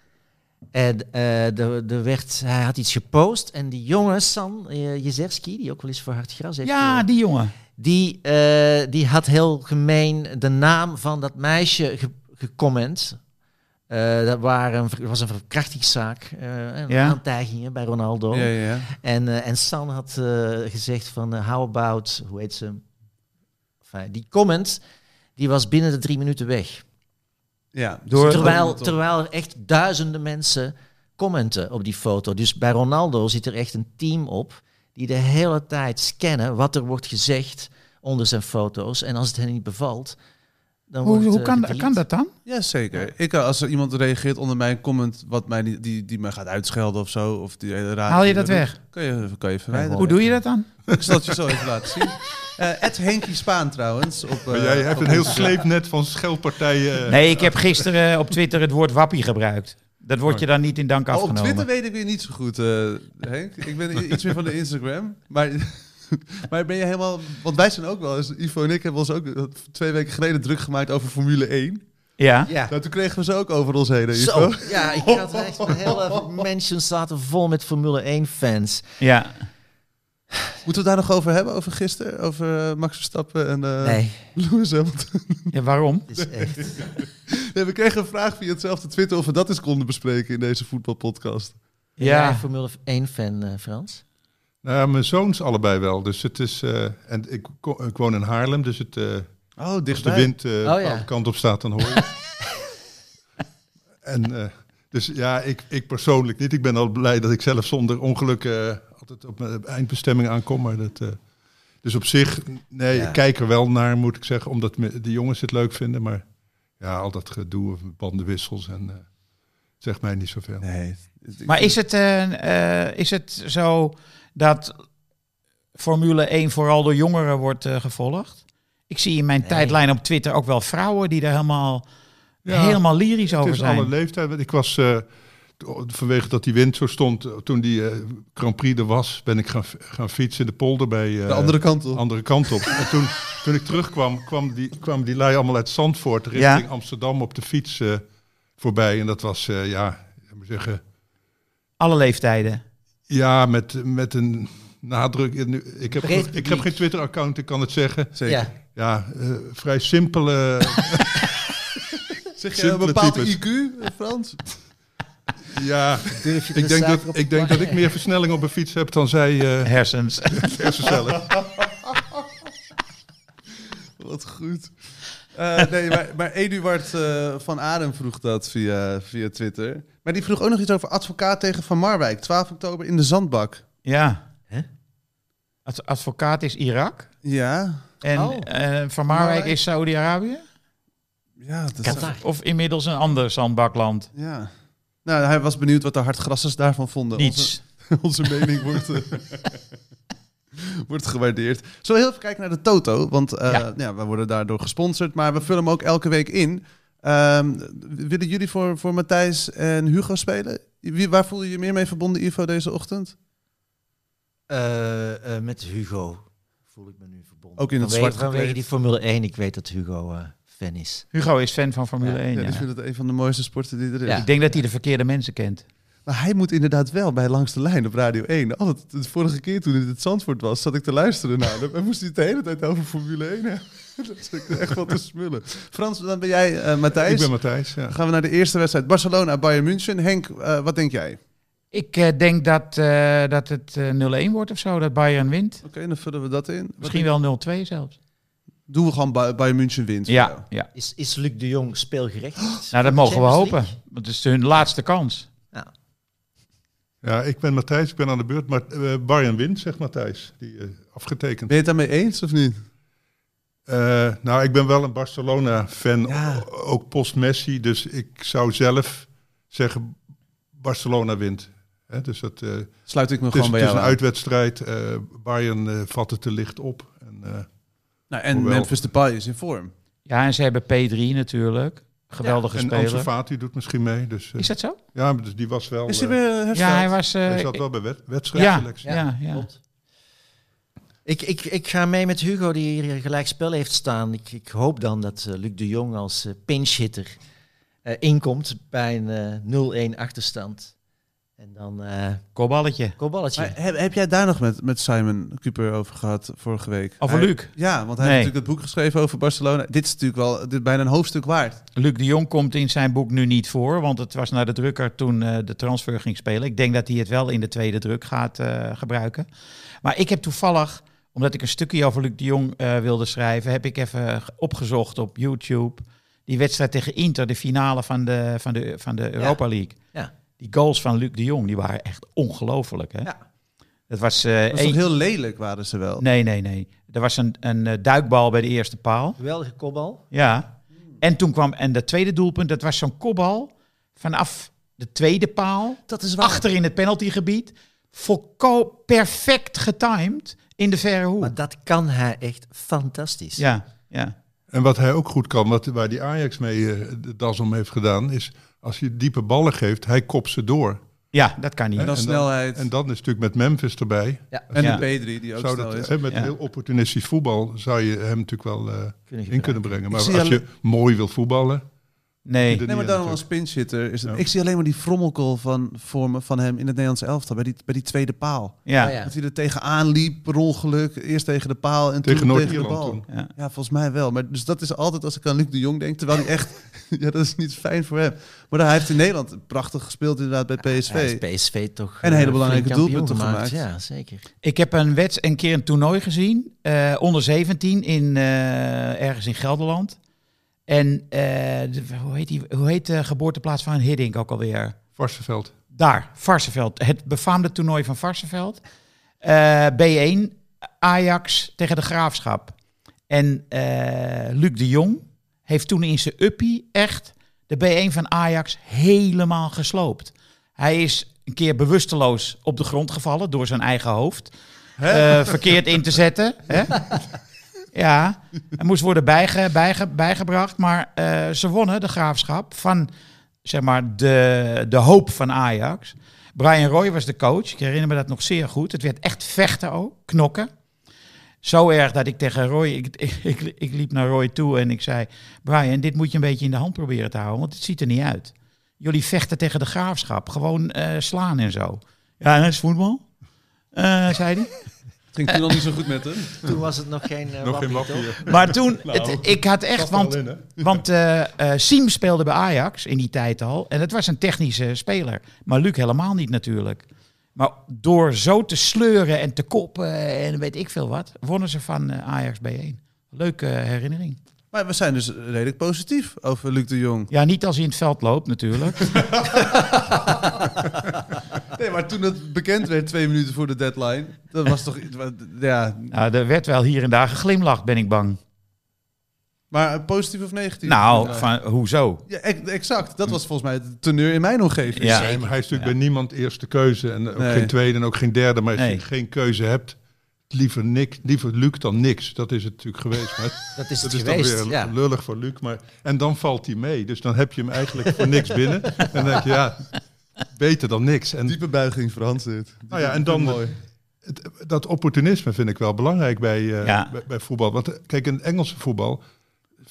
[SPEAKER 5] En eh, er- er werd, hij had iets gepost en die jongen, San eh, Jezerski, die ook wel eens voor Hard Gras heeft
[SPEAKER 3] Ja,
[SPEAKER 5] eh,
[SPEAKER 3] die jongen.
[SPEAKER 5] die, eh, die had heel gemeen de naam van dat meisje ge- gecomment. Eh, dat waren, een ver- was een verkrachtingszaak, eh, en
[SPEAKER 3] Ja.
[SPEAKER 5] aantijgingen bij Ronaldo.
[SPEAKER 2] Ja, ja, ja.
[SPEAKER 5] En, eh, en San had eh, gezegd van, eh, how about, hoe heet ze? Enfin, die comment, die was binnen de drie minuten weg.
[SPEAKER 2] Ja,
[SPEAKER 3] Door-
[SPEAKER 5] Terwijl, terwijl er echt duizenden mensen commenten op die foto. Dus bij Ronaldo zit er echt een team op die de hele tijd scannen wat er wordt gezegd onder zijn foto's. En als het hen niet bevalt, dan
[SPEAKER 3] Hoe,
[SPEAKER 5] wordt
[SPEAKER 3] hoe
[SPEAKER 5] eh,
[SPEAKER 3] kan,
[SPEAKER 5] gedelete.
[SPEAKER 3] kan dat dan?
[SPEAKER 2] Ja, zeker. Ik, eh, als er iemand reageert onder mijn comment... Wat mij, niet- die, die mij gaat uitschelden of zo... Of die, hele raar
[SPEAKER 3] Haal je dat weg?
[SPEAKER 2] Kan je, kan je verwijderen.
[SPEAKER 3] Hoe doe je dat dan?
[SPEAKER 2] Ik zal het je zo even laten zien. Eh Ed Henkie Spaan trouwens. Op, eh,
[SPEAKER 1] Maar jij hebt
[SPEAKER 2] op
[SPEAKER 1] een heel
[SPEAKER 2] Instagram.
[SPEAKER 1] sleepnet van scheldpartijen. eh.
[SPEAKER 3] Nee, ik heb gisteren op Twitter het woord wappie gebruikt. Dat wordt je dan niet in dank
[SPEAKER 2] Oh, op Twitter
[SPEAKER 3] afgenomen.
[SPEAKER 2] weet ik weer niet zo goed, eh, Henk. Ik ben i- iets meer van de Instagram. Maar, maar ben je helemaal... Want wij zijn ook wel eens... Ivo en ik hebben ons ook eh, twee weken geleden druk gemaakt over Formule 1.
[SPEAKER 3] Ja.
[SPEAKER 5] Ja.
[SPEAKER 2] Nou, toen kregen we ze ook over ons heen, Ivo.
[SPEAKER 5] Zo, ja, ik had echt een hele mansion zaten vol met Formule 1-fans.
[SPEAKER 3] ja.
[SPEAKER 2] Moeten we het daar nog over hebben? Over gisteren? Over eh, Max Verstappen en eh
[SPEAKER 5] Nee,
[SPEAKER 2] Lewis Hamilton?
[SPEAKER 3] Ja, waarom?
[SPEAKER 5] het is echt...
[SPEAKER 2] Nee, we kregen een vraag via hetzelfde Twitter... of we dat eens konden bespreken in deze voetbalpodcast.
[SPEAKER 5] Ben
[SPEAKER 3] Ja.
[SPEAKER 5] jij een Formule 1-fan, Frans?
[SPEAKER 1] Nou ja, mijn zoons allebei wel. Dus het is. eh, en ik, ko- ik woon in Haarlem, dus het, eh,
[SPEAKER 2] Oh,
[SPEAKER 1] als de
[SPEAKER 2] dichtbij.
[SPEAKER 1] wind eh
[SPEAKER 5] ja.
[SPEAKER 1] bepaalde kant op staat, dan hoor je. het. en eh, dus ja, ik, ik persoonlijk niet. Ik ben al blij dat ik zelf zonder ongeluk eh, altijd op mijn eindbestemming aankom. Maar dat, eh, dus op zich, nee,
[SPEAKER 5] Ja.
[SPEAKER 1] ik kijk er wel naar, moet ik zeggen, omdat me, de jongens het leuk vinden. Maar ja, al dat gedoe of bandenwissels en eh zegt mij niet zoveel.
[SPEAKER 2] Nee.
[SPEAKER 3] Maar is het, eh, eh, is het zo dat Formule 1 vooral door jongeren wordt eh, gevolgd? Ik zie in mijn
[SPEAKER 5] Nee.
[SPEAKER 3] tijdlijn op Twitter ook wel vrouwen die er helemaal, helemaal lyrisch
[SPEAKER 1] Het
[SPEAKER 3] over
[SPEAKER 1] is alle
[SPEAKER 3] zijn.
[SPEAKER 1] leeftijd. want Ik was, eh, to- vanwege dat die wind zo stond, eh, toen die eh, Grand Prix er was, ben ik gaan, f- gaan fietsen in de polder bij eh,
[SPEAKER 2] de andere kant op?
[SPEAKER 1] andere kant op. en toen, toen ik terugkwam, kwam die, kwam die lui allemaal uit Zandvoort richting
[SPEAKER 3] Ja.
[SPEAKER 1] Amsterdam op de fiets eh, voorbij. En dat was, eh, ja, ik moet zeggen,
[SPEAKER 3] Alle leeftijden.
[SPEAKER 1] ja, met, met een nadruk. En nu- Ik heb,
[SPEAKER 5] Breed
[SPEAKER 1] ik heb
[SPEAKER 5] publiek.
[SPEAKER 1] geen Twitter-account, ik kan het zeggen.
[SPEAKER 2] Zeker.
[SPEAKER 5] Ja.
[SPEAKER 1] Ja, eh, vrij simpele...
[SPEAKER 2] Zeg je een
[SPEAKER 1] Simpele
[SPEAKER 2] bepaald
[SPEAKER 1] types.
[SPEAKER 2] IQ, eh, Frans?
[SPEAKER 1] ja,
[SPEAKER 5] Durf je er
[SPEAKER 1] ik denk,
[SPEAKER 5] een
[SPEAKER 1] dat,
[SPEAKER 5] cijfer op
[SPEAKER 1] ik
[SPEAKER 5] te
[SPEAKER 1] denk dat ik
[SPEAKER 5] plakken?
[SPEAKER 1] meer versnelling op een fiets heb dan zij... eh,
[SPEAKER 3] Hersens.
[SPEAKER 1] hersencellen.
[SPEAKER 2] Wat goed. Eh, nee, maar, maar Eduard eh, van Adem vroeg dat via, via Twitter. Maar die vroeg ook nog iets over advocaat tegen Van Marwijk. 12 oktober in de zandbak.
[SPEAKER 3] Ja.
[SPEAKER 5] Hè?
[SPEAKER 3] Ad- advocaat is Irak.
[SPEAKER 2] Ja.
[SPEAKER 3] En
[SPEAKER 5] Oh.
[SPEAKER 3] eh,
[SPEAKER 2] Marwijk.
[SPEAKER 3] Van Marwijk is Saudi-Arabië?
[SPEAKER 2] Ja, dat is-
[SPEAKER 5] Qatar.
[SPEAKER 3] Of inmiddels een ander zandbakland?
[SPEAKER 2] Ja. Nou, hij was benieuwd wat de hardgrassers daarvan vonden.
[SPEAKER 3] Niets.
[SPEAKER 2] Onze, onze mening wordt, eh, wordt gewaardeerd. Zullen we heel even kijken naar de Toto? Want eh, ja.
[SPEAKER 3] Ja.
[SPEAKER 2] we worden daardoor gesponsord, maar we vullen hem ook elke week in. Ehm, willen jullie voor, voor Matthijs en Hugo spelen? Wie, waar voel je je meer mee verbonden, Ivo, deze ochtend?
[SPEAKER 5] Eh, eh, met Hugo voel ik me nu verbonden.
[SPEAKER 2] Ook in het
[SPEAKER 5] Vanwege-
[SPEAKER 2] zwart
[SPEAKER 5] Vanwege
[SPEAKER 2] gekleed.
[SPEAKER 5] die Formule 1, ik weet dat Hugo eh, fan is.
[SPEAKER 3] Hugo is fan van Formule
[SPEAKER 5] Ja.
[SPEAKER 3] 1.
[SPEAKER 2] Ja,
[SPEAKER 3] ja.
[SPEAKER 2] dus ik vind het een van de mooiste sporten die er is.
[SPEAKER 5] Ja.
[SPEAKER 3] Ik denk dat hij de verkeerde mensen kent.
[SPEAKER 2] Maar hij moet inderdaad wel bij Langs de Lijn op Radio 1. Altijd, de vorige keer toen het het Zandvoort was, zat ik te luisteren naar hem. En moest hij het de hele tijd over Formule 1 hebben. Dat is ook echt wat te smullen. Frans, dan ben jij eh, Matthijs.
[SPEAKER 1] Ik ben Matthijs, ja.
[SPEAKER 2] Dan gaan we naar de eerste wedstrijd. Barcelona, Bayern München. Henk, eh, wat denk jij? Oké,
[SPEAKER 3] Ik eh, denk dat, eh, dat het eh, 0-1 wordt of zo, dat Bayern wint.
[SPEAKER 2] dan vullen we dat in. Wat
[SPEAKER 3] Misschien
[SPEAKER 2] denk-
[SPEAKER 3] wel 0-2 zelfs.
[SPEAKER 2] Doen we gewoon Ba- Bayern München wint. voor jou.
[SPEAKER 3] Ja, ja.
[SPEAKER 5] Is, is Luc de Jong speelgerecht?
[SPEAKER 3] Nou, dat mogen we hopen. Want het is hun laatste kans.
[SPEAKER 1] Ja, ik ben Matthijs, ik ben aan de beurt. Maar eh Bayern wint, zegt Matthijs. Die eh, afgetekend.
[SPEAKER 2] Ben je het daarmee eens of niet?
[SPEAKER 1] Eh, nou, ik ben wel een Barcelona-fan,
[SPEAKER 2] Ja.
[SPEAKER 1] o- ook post-Messi. Dus ik zou zelf zeggen, Barcelona wint. Hè, dus dat, eh,
[SPEAKER 2] Sluit ik me
[SPEAKER 1] het is,
[SPEAKER 2] gewoon bij
[SPEAKER 1] het is
[SPEAKER 2] jou
[SPEAKER 1] een
[SPEAKER 2] aan.
[SPEAKER 1] uitwedstrijd. eh, Bayern eh, vat het te licht op. En, eh,
[SPEAKER 2] Nou, en
[SPEAKER 1] Hoewel.
[SPEAKER 2] Memphis Depay is in vorm.
[SPEAKER 3] Ja, en ze hebben P3 natuurlijk. Geweldige
[SPEAKER 1] en
[SPEAKER 3] speler.
[SPEAKER 1] Ansu Fati doet misschien mee. Dus, eh,
[SPEAKER 3] Is dat zo?
[SPEAKER 1] Ja, dus die was wel...
[SPEAKER 2] Is hij
[SPEAKER 1] eh,
[SPEAKER 2] weer hersteld?
[SPEAKER 3] Ja, hij was... eh,
[SPEAKER 1] hij zat wel bij wed-
[SPEAKER 3] ja,
[SPEAKER 1] wedstrijdselectie.
[SPEAKER 3] ja, ja.
[SPEAKER 5] Klopt. Ik, ik, ik ga mee met Hugo, die hier gelijk spel heeft staan. Ik, ik hoop dan dat eh, Luc de Jong als eh, pinchhitter eh, inkomt bij een eh, 0-1 achterstand. En dan eh
[SPEAKER 3] Kopballetje.
[SPEAKER 5] kopballetje.
[SPEAKER 2] Maar heb, heb jij daar nog met, met Simon Cooper over gehad vorige week?
[SPEAKER 3] Over
[SPEAKER 2] Hij-
[SPEAKER 3] Luc.
[SPEAKER 2] Ja, want hij
[SPEAKER 3] Nee.
[SPEAKER 2] heeft natuurlijk het boek geschreven over Barcelona. Dit is natuurlijk wel dit is bijna een hoofdstuk waard.
[SPEAKER 3] Luc de Jong komt in zijn boek nu niet voor, want het was naar de drukker toen eh, de transfer ging spelen. Ik denk dat hij het wel in de tweede druk gaat eh, gebruiken. Maar ik heb toevallig, omdat ik een stukje over Luc de Jong eh, wilde schrijven, heb ik even opgezocht op YouTube die wedstrijd tegen Inter, de finale van de, van de, van de Europa League.
[SPEAKER 5] Ja.
[SPEAKER 3] Die goals van Luc de Jong, die waren echt ongelooflijk. hè?
[SPEAKER 5] Ja.
[SPEAKER 3] Dat was, eh
[SPEAKER 2] Dat is
[SPEAKER 3] één-
[SPEAKER 2] toch heel lelijk waren ze wel.
[SPEAKER 3] Nee, nee, nee. Er was een, een eh, duikbal bij de eerste paal.
[SPEAKER 5] Geweldige kopbal.
[SPEAKER 3] Ja. En toen kwam en dat tweede doelpunt, dat was zo'n kopbal vanaf de tweede paal,
[SPEAKER 5] Dat is waar.
[SPEAKER 3] achter in het penaltygebied, volkomen perfect getimed in de verre hoek.
[SPEAKER 5] Maar dat kan hij echt fantastisch.
[SPEAKER 3] Ja, ja.
[SPEAKER 1] En wat hij ook goed kan, wat, waar die Ajax mee eh, de das om heeft gedaan, is als je diepe ballen geeft, hij kopt ze door.
[SPEAKER 3] Ja, dat kan niet.
[SPEAKER 2] En dan snelheid.
[SPEAKER 1] En dat is natuurlijk met Memphis erbij.
[SPEAKER 2] En
[SPEAKER 3] Ja.
[SPEAKER 2] de P3 die ook
[SPEAKER 1] Zou
[SPEAKER 2] snel
[SPEAKER 1] dat,
[SPEAKER 2] is.
[SPEAKER 1] hè, met
[SPEAKER 3] Ja.
[SPEAKER 1] heel opportunistisch voetbal zou je hem natuurlijk wel eh,
[SPEAKER 5] Kunnen
[SPEAKER 1] in kunnen brengen. Maar
[SPEAKER 2] zie
[SPEAKER 1] als
[SPEAKER 2] al-
[SPEAKER 1] je mooi wil voetballen, Die
[SPEAKER 6] Nee.
[SPEAKER 5] Oh
[SPEAKER 1] er
[SPEAKER 2] Nee, maar
[SPEAKER 1] niet
[SPEAKER 2] daarom
[SPEAKER 1] in
[SPEAKER 2] als
[SPEAKER 1] zit.
[SPEAKER 2] pinchitter is het...
[SPEAKER 1] Ja.
[SPEAKER 2] Ik zie alleen maar die frommelkool van, voor me, van hem in het Nederlandse elftal. Bij die, bij die tweede paal.
[SPEAKER 6] Ja.
[SPEAKER 5] Oh ja.
[SPEAKER 2] Dat hij er tegenaan liep, per ongeluk. Eerst tegen de paal en
[SPEAKER 1] Tegen
[SPEAKER 2] toen tegen de
[SPEAKER 1] Noord-Ierland
[SPEAKER 2] bal.
[SPEAKER 1] toen.
[SPEAKER 6] Ja.
[SPEAKER 2] Ja, volgens mij wel. Maar dus dat is altijd als ik aan Luc de Jong denk. Terwijl hij echt... ja, dat is niet fijn voor hem. Maar hij heeft in Nederland prachtig gespeeld inderdaad bij PSV.
[SPEAKER 5] Ah, Hij heeft PSV toch
[SPEAKER 2] En hele
[SPEAKER 5] eh, flink
[SPEAKER 2] belangrijke
[SPEAKER 5] kampioen
[SPEAKER 2] doelpunten gemaakt.
[SPEAKER 5] Ja, zeker.
[SPEAKER 3] Ik heb een wets een keer een toernooi gezien, eh, onder 17, in, eh, ergens in Gelderland. En eh, de- hoe, heet die, hoe heet de geboorteplaats van Hiddink ook alweer?
[SPEAKER 1] Varsenveld.
[SPEAKER 3] Daar, Varsenveld. Het befaamde toernooi van Varsenveld. Eh, B1, Ajax tegen de Graafschap. En eh, Luc de Jong heeft toen in zijn uppie echt de B1 van Ajax helemaal gesloopt. Hij is een keer bewusteloos op de grond gevallen door zijn eigen hoofd. Eh, verkeerd in te zetten. Hè? Ja, hij moest worden bijge, bijge, bijgebracht. Maar eh, ze wonnen de graafschap van zeg maar, de, de hoop van Ajax. Brian Roy was de coach. Ik herinner me dat nog zeer goed. Het werd echt vechten ook, knokken. Zo erg dat ik tegen Roy, ik, ik, ik, ik liep naar Roy toe en ik zei... Brian, dit moet je een beetje in de hand proberen te houden, want het ziet er niet uit. Jullie vechten tegen de graafschap, gewoon eh, slaan en zo. Ja, dat is voetbal, eh, zei hij.
[SPEAKER 2] Het ging toen al niet zo goed met hem.
[SPEAKER 5] Toen was het nog geen uh,
[SPEAKER 1] Nog geen
[SPEAKER 5] wappie, toch?
[SPEAKER 1] wappie.
[SPEAKER 3] Maar toen, het- ik had echt,
[SPEAKER 1] Past er wel
[SPEAKER 3] want
[SPEAKER 1] in, hè?
[SPEAKER 3] Want eh eh, Siem speelde bij Ajax in die tijd al. En het was een technische speler. Maar Luc helemaal niet natuurlijk. Maar door zo te sleuren en te koppen en weet ik veel wat, wonnen ze van eh, Ajax B1. Leuke eh, herinnering.
[SPEAKER 2] Maar we zijn dus redelijk positief over Luc de Jong.
[SPEAKER 3] Ja, niet als hij in het veld loopt natuurlijk.
[SPEAKER 2] Nee, maar toen het bekend werd, twee minuten voor de deadline, dat was toch... Ja,
[SPEAKER 3] nou, er werd wel hier en daar geglimlacht, ben ik bang.
[SPEAKER 2] maar positief of negatief?
[SPEAKER 3] Nou,
[SPEAKER 2] Ja.
[SPEAKER 3] van, hoezo?
[SPEAKER 2] Ja, ex- exact. Dat was volgens mij het teneur in mijn omgeving.
[SPEAKER 3] Ja.
[SPEAKER 1] Nee, maar hij is natuurlijk bij niemand eerste keuze. En ook
[SPEAKER 2] Nee.
[SPEAKER 1] geen tweede en ook geen derde. Maar als
[SPEAKER 3] Nee.
[SPEAKER 1] je geen keuze hebt, liever, niks, liever Luc dan niks. Dat is het natuurlijk geweest. Maar
[SPEAKER 5] Dat is het
[SPEAKER 1] dat is dan
[SPEAKER 5] geweest,
[SPEAKER 1] weer
[SPEAKER 5] ja.
[SPEAKER 1] lullig voor Luc. Maar, en dan valt hij mee. Dus dan heb je hem eigenlijk voor niks binnen. En dan denk je, ja, beter dan niks. En
[SPEAKER 2] Diepe buiging, Frans. Dit.
[SPEAKER 1] Nou ja, en dan- het- dat opportunisme vind ik wel belangrijk bij, eh,
[SPEAKER 3] Ja.
[SPEAKER 1] bij, bij voetbal. Want eh, kijk, in het Engelse voetbal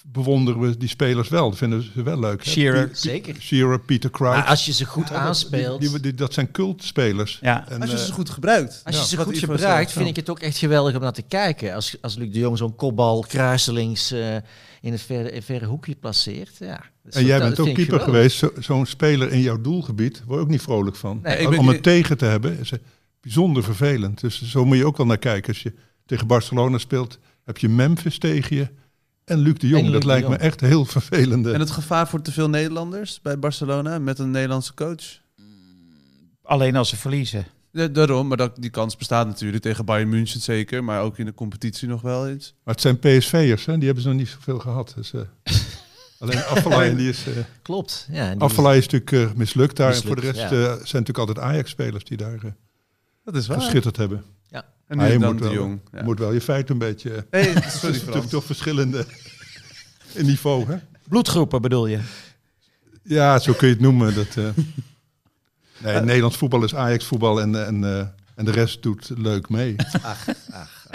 [SPEAKER 1] bewonderen we die spelers wel. Dat vinden ze wel leuk. hè?
[SPEAKER 3] Shearer.
[SPEAKER 1] Pie-
[SPEAKER 5] Zeker.
[SPEAKER 1] Shearer, Peter Crouch.
[SPEAKER 5] Maar als je ze goed
[SPEAKER 1] die,
[SPEAKER 5] aanspeelt,
[SPEAKER 1] die- die- dat zijn cultspelers.
[SPEAKER 3] Ja.
[SPEAKER 1] En,
[SPEAKER 2] Als je
[SPEAKER 1] eh,
[SPEAKER 2] ze goed gebruikt.
[SPEAKER 5] als je
[SPEAKER 2] Ja,
[SPEAKER 5] ze
[SPEAKER 2] wat
[SPEAKER 5] goed
[SPEAKER 2] Ivo
[SPEAKER 5] gebruikt,
[SPEAKER 2] zegt.
[SPEAKER 5] vind ik het ook echt geweldig om naar te kijken. Als, als Luc de Jong zo'n kopbal kruiselings eh, in het verre, in het verre hoekje placeert. Ja. Dat is
[SPEAKER 1] en jij
[SPEAKER 5] dat
[SPEAKER 1] bent ook
[SPEAKER 5] vind ik
[SPEAKER 1] keeper
[SPEAKER 5] geweldig.
[SPEAKER 1] geweest. Zo- Zo'n speler in jouw doelgebied, word je ook niet vrolijk van.
[SPEAKER 5] Nee,
[SPEAKER 2] ik
[SPEAKER 1] Om-
[SPEAKER 2] ben-
[SPEAKER 1] Om
[SPEAKER 2] ik-
[SPEAKER 1] het tegen te hebben is eh, bijzonder vervelend. Dus zo moet je ook wel naar kijken. Als je tegen Barcelona speelt, heb je Memphis tegen je en Luc de Jong.
[SPEAKER 5] En Luc
[SPEAKER 1] dat
[SPEAKER 5] de
[SPEAKER 1] lijkt
[SPEAKER 5] Jong.
[SPEAKER 1] me echt heel vervelende.
[SPEAKER 2] En het gevaar voor te veel Nederlanders bij Barcelona met een Nederlandse coach?
[SPEAKER 3] Alleen als ze verliezen.
[SPEAKER 2] Ja, daarom, maar dat, die kans bestaat natuurlijk tegen Bayern München zeker, maar ook in de competitie nog wel eens.
[SPEAKER 1] Maar het zijn PSV'ers, hè? die hebben ze nog niet zoveel gehad. Dus, eh, alleen Affelay, die is, eh
[SPEAKER 5] Klopt. Ja, en die-
[SPEAKER 1] Affelay is natuurlijk eh, mislukt daar.
[SPEAKER 5] Mislukt,
[SPEAKER 1] en voor de rest
[SPEAKER 5] ja.
[SPEAKER 1] eh, zijn natuurlijk altijd Ajax-spelers die daar eh,
[SPEAKER 2] Dat is waar.
[SPEAKER 1] geschitterd hebben.
[SPEAKER 2] En
[SPEAKER 1] Maar
[SPEAKER 2] nu
[SPEAKER 1] je
[SPEAKER 2] dan
[SPEAKER 1] moet
[SPEAKER 2] de
[SPEAKER 1] wel-
[SPEAKER 2] jong. Ja.
[SPEAKER 1] Moet wel je feit een beetje... eh,
[SPEAKER 2] Hey,
[SPEAKER 1] het
[SPEAKER 2] sorry
[SPEAKER 1] is natuurlijk
[SPEAKER 2] Frans.
[SPEAKER 1] toch verschillende in niveau, hè?
[SPEAKER 3] Bloedgroepen bedoel je?
[SPEAKER 1] Ja, zo kun je het noemen. Dat, eh, nee, Nederlands voetbal is Ajax-voetbal en, eh, en, eh, en de rest doet leuk mee.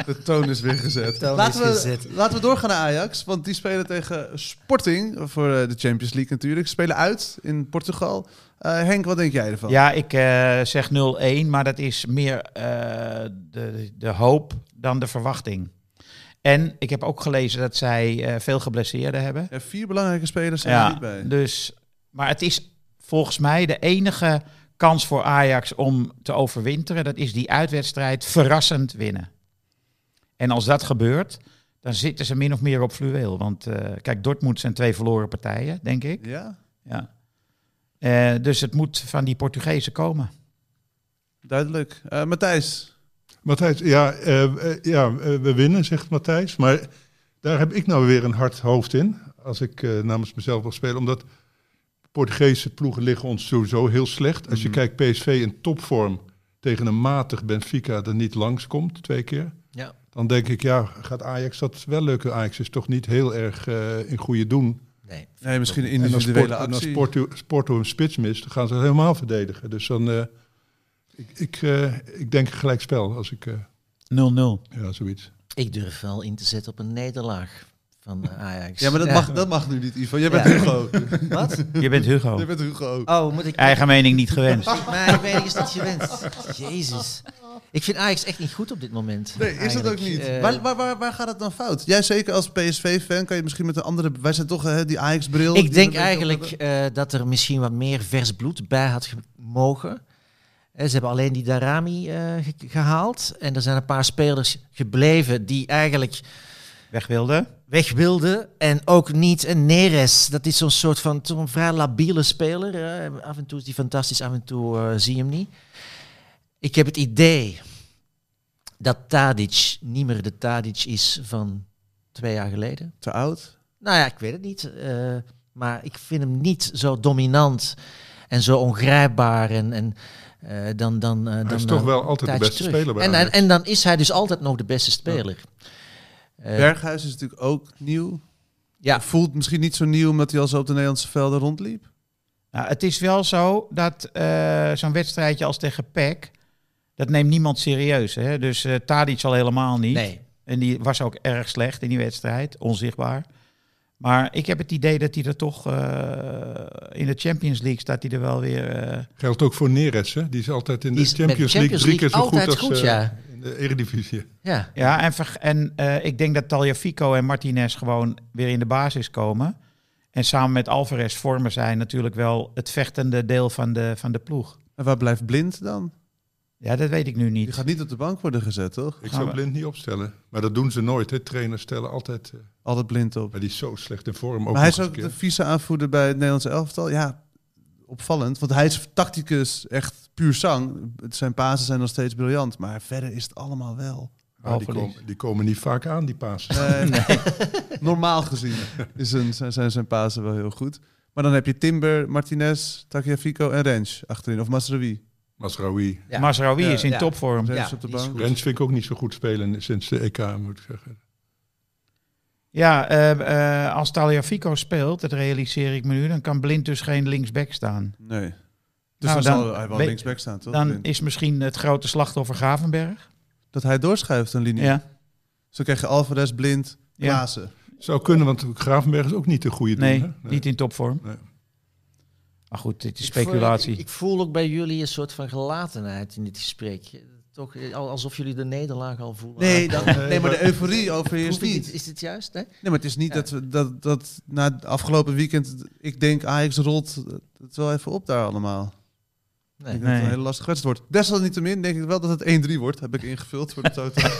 [SPEAKER 2] De toon is weer gezet.
[SPEAKER 5] toon
[SPEAKER 2] laten,
[SPEAKER 5] is
[SPEAKER 2] we,
[SPEAKER 5] gezet.
[SPEAKER 2] laten we doorgaan naar Ajax. Want die spelen tegen Sporting voor eh, de Champions League natuurlijk. Ze Spelen uit in Portugal. Eh, Henk, wat denk jij ervan?
[SPEAKER 3] Ja, ik eh, zeg 0-1, maar dat is meer eh, de, de hoop dan de verwachting. En ik heb ook gelezen dat zij eh, veel geblesseerden hebben.
[SPEAKER 2] Ja, vier belangrijke spelers zijn er
[SPEAKER 3] Ja,
[SPEAKER 2] niet bij.
[SPEAKER 3] dus, maar het is volgens mij de enige kans voor Ajax om te overwinteren. Dat is die uitwedstrijd verrassend winnen. En als dat gebeurt, dan zitten ze min of meer op fluweel. Want eh, kijk, Dortmund zijn twee verloren partijen, denk ik.
[SPEAKER 2] Ja,
[SPEAKER 3] Ja. Eh, dus het moet van die Portugezen komen.
[SPEAKER 2] duidelijk. Eh, Matthijs,
[SPEAKER 1] Matthijs, ja, eh, eh, ja eh, we winnen, zegt Matthijs. Maar daar heb ik nou weer een hard hoofd in. Als ik eh, namens mezelf wil spelen. Omdat Portugese ploegen liggen ons sowieso heel slecht. Als je kijkt PSV in topvorm tegen een matig Benfica dat niet langskomt, twee keer.
[SPEAKER 5] Ja.
[SPEAKER 1] Dan denk ik, ja, gaat Ajax dat wel lukken? Ajax is toch niet heel erg eh, in goede doen.
[SPEAKER 5] Nee.
[SPEAKER 2] nee, misschien een
[SPEAKER 1] En als,
[SPEAKER 2] individuele
[SPEAKER 1] Porto, en als
[SPEAKER 2] actie.
[SPEAKER 1] Porto, Porto een spits mist, dan gaan ze het helemaal verdedigen. Dus dan, eh, ik, ik, eh, ik denk gelijk spel als ik, eh,
[SPEAKER 3] 0-0.
[SPEAKER 1] ja, zoiets.
[SPEAKER 5] Ik durf wel in te zetten op een nederlaag. 4-0. van eh, Ajax.
[SPEAKER 2] Ja, maar dat, Mag, dat mag nu niet, Ivo. Jij bent
[SPEAKER 5] Ja.
[SPEAKER 2] Hugo.
[SPEAKER 5] Wat?
[SPEAKER 6] Je bent
[SPEAKER 2] Jij
[SPEAKER 6] Hugo.
[SPEAKER 2] bent Hugo.
[SPEAKER 5] Oh, moet ik...
[SPEAKER 6] Eigen mening niet gewenst.
[SPEAKER 5] Maar ik weet niet dat je bent. Jezus. Ik vind Ajax echt niet goed op dit moment.
[SPEAKER 2] Nee, is dat ook
[SPEAKER 5] Eigenlijk,
[SPEAKER 2] niet.
[SPEAKER 5] eh,
[SPEAKER 2] waar, waar, waar, waar gaat het dan fout? Jij zeker als PSV-fan kan je misschien met een andere... Wij zijn toch hè, die Ajax-bril. die
[SPEAKER 5] Ik
[SPEAKER 2] we
[SPEAKER 5] denk
[SPEAKER 2] een beetje
[SPEAKER 5] eigenlijk
[SPEAKER 2] op
[SPEAKER 5] eh, dat er misschien wat meer vers bloed bij had ge- mogen. Eh, ze hebben alleen die Darami eh, ge- gehaald. En er zijn een paar spelers gebleven die eigenlijk
[SPEAKER 6] Weg wilde.
[SPEAKER 5] weg wilden. En ook niet. En Neres, dat is zo'n soort van toch een vrij labiele speler. eh. af en toe is die fantastisch, af en toe eh, zie je hem niet. Ik heb het idee dat Tadic niet meer de Tadic is van twee jaar geleden.
[SPEAKER 2] hebben. Te oud?
[SPEAKER 5] Nou ja, ik weet het niet. eh, maar ik vind hem niet zo dominant en zo ongrijpbaar. En, en, eh, dan, dan, eh,
[SPEAKER 1] Hij
[SPEAKER 5] dan,
[SPEAKER 1] is toch
[SPEAKER 5] eh,
[SPEAKER 1] wel altijd de
[SPEAKER 5] tijdje
[SPEAKER 1] beste
[SPEAKER 5] terug.
[SPEAKER 1] speler bij
[SPEAKER 5] en, en,
[SPEAKER 1] Ajax.
[SPEAKER 5] en dan is hij dus altijd nog de beste speler. Eh,
[SPEAKER 2] Berghuis is natuurlijk ook nieuw.
[SPEAKER 5] Ja.
[SPEAKER 2] Voelt misschien niet zo nieuw omdat hij al zo op de Nederlandse velden rondliep.
[SPEAKER 3] Nou, het is wel zo dat eh, zo'n wedstrijdje als tegen PEC, dat neemt niemand serieus. Hè? Dus eh Tadic al helemaal niet.
[SPEAKER 5] nee.
[SPEAKER 3] En die was ook erg slecht in die wedstrijd, onzichtbaar. Maar ik heb het idee dat hij er toch eh, in de Champions League staat hij er wel weer. eh,
[SPEAKER 1] Geldt ook voor Neres, hè? Die is altijd in de
[SPEAKER 5] Die is bij de
[SPEAKER 1] Champions League
[SPEAKER 5] Champions
[SPEAKER 1] drie keer zo
[SPEAKER 5] League
[SPEAKER 1] goed als
[SPEAKER 5] altijd goed,
[SPEAKER 1] eh,
[SPEAKER 5] ja.
[SPEAKER 1] in de Eredivisie.
[SPEAKER 5] Ja.
[SPEAKER 3] ja, en, verg- en eh, ik denk dat Tagliafico en Martinez gewoon weer in de basis komen. En samen met Alvarez vormen zij natuurlijk wel het vechtende deel van de, van de ploeg.
[SPEAKER 2] En waar blijft Blind dan?
[SPEAKER 3] Ja, dat weet ik nu
[SPEAKER 2] Die
[SPEAKER 3] niet.
[SPEAKER 2] gaat niet op de bank worden gezet, toch?
[SPEAKER 1] Ik
[SPEAKER 3] Gaan
[SPEAKER 1] zou
[SPEAKER 3] we-
[SPEAKER 1] blind niet opstellen. Maar dat doen ze nooit. Hè? Trainers stellen altijd. eh,
[SPEAKER 2] Altijd Blind op.
[SPEAKER 1] maar die is zo slecht in vorm. Ook
[SPEAKER 2] Maar hij is
[SPEAKER 1] nog
[SPEAKER 2] ook
[SPEAKER 1] eens een
[SPEAKER 2] de vieze aanvoerder bij het Nederlandse elftal. Ja, opvallend. Want hij is tacticus echt puur zang. Zijn pasen zijn nog steeds briljant. Maar verder is het allemaal wel.
[SPEAKER 1] keer. Ah, die,
[SPEAKER 3] balverlies.
[SPEAKER 1] komen, die komen niet vaak aan, die paas.
[SPEAKER 2] Eh, Normaal gezien is zijn, zijn, zijn, zijn pasen wel heel goed. Maar dan heb je Timber, Martinez, Tagliafico en Rens achterin. Of Masraoui.
[SPEAKER 1] Masraoui.
[SPEAKER 5] Ja.
[SPEAKER 3] Masraoui
[SPEAKER 2] Ja,
[SPEAKER 3] is in
[SPEAKER 5] ja.
[SPEAKER 3] topvorm.
[SPEAKER 2] Rens
[SPEAKER 5] Ja,
[SPEAKER 2] op de
[SPEAKER 5] die is
[SPEAKER 2] bank.
[SPEAKER 5] goed.
[SPEAKER 1] Rens vind ik ook niet zo goed spelen sinds de EK, moet ik zeggen.
[SPEAKER 3] Ja, eh, eh, als Taliafico speelt, dat realiseer ik me nu, dan kan Blind dus geen linksback staan.
[SPEAKER 2] Nee. Dus
[SPEAKER 3] Nou,
[SPEAKER 2] dan,
[SPEAKER 3] dan
[SPEAKER 2] zal hij wel
[SPEAKER 3] weet-
[SPEAKER 2] linksback staan, toch?
[SPEAKER 3] Dan
[SPEAKER 2] Blind?
[SPEAKER 3] is misschien het grote slachtoffer Gravenberg.
[SPEAKER 2] Dat hij doorschuift een linie.
[SPEAKER 3] Ja,
[SPEAKER 2] Zo krijg je Alvarez, Blind,
[SPEAKER 3] Ja.
[SPEAKER 2] Klaassen.
[SPEAKER 1] Zou kunnen, want Gravenberg is ook niet de goede
[SPEAKER 3] nee,
[SPEAKER 1] doen, hè? Nee.
[SPEAKER 3] niet in topvorm.
[SPEAKER 1] Nee.
[SPEAKER 3] Maar goed, dit is
[SPEAKER 5] Ik voel-
[SPEAKER 3] speculatie.
[SPEAKER 5] Ik, ik voel ook bij jullie een soort van gelatenheid in dit gesprek. Toch eh, al- alsof jullie de nederlaag al voelen.
[SPEAKER 2] Nee,
[SPEAKER 5] dat
[SPEAKER 2] dan, nee, maar de euforie overheerst niet.
[SPEAKER 5] Is dit juist? Nee?
[SPEAKER 2] Nee, maar het is niet dat, we- dat, dat na het afgelopen weekend, ik denk Ajax rolt het wel even op daar allemaal.
[SPEAKER 5] Nee.
[SPEAKER 2] Ik denk dat het
[SPEAKER 3] Nee.
[SPEAKER 2] een hele lastige wedstrijd wordt. Desalniettemin denk ik wel dat het 1-3 wordt, heb ik ingevuld voor de totaal.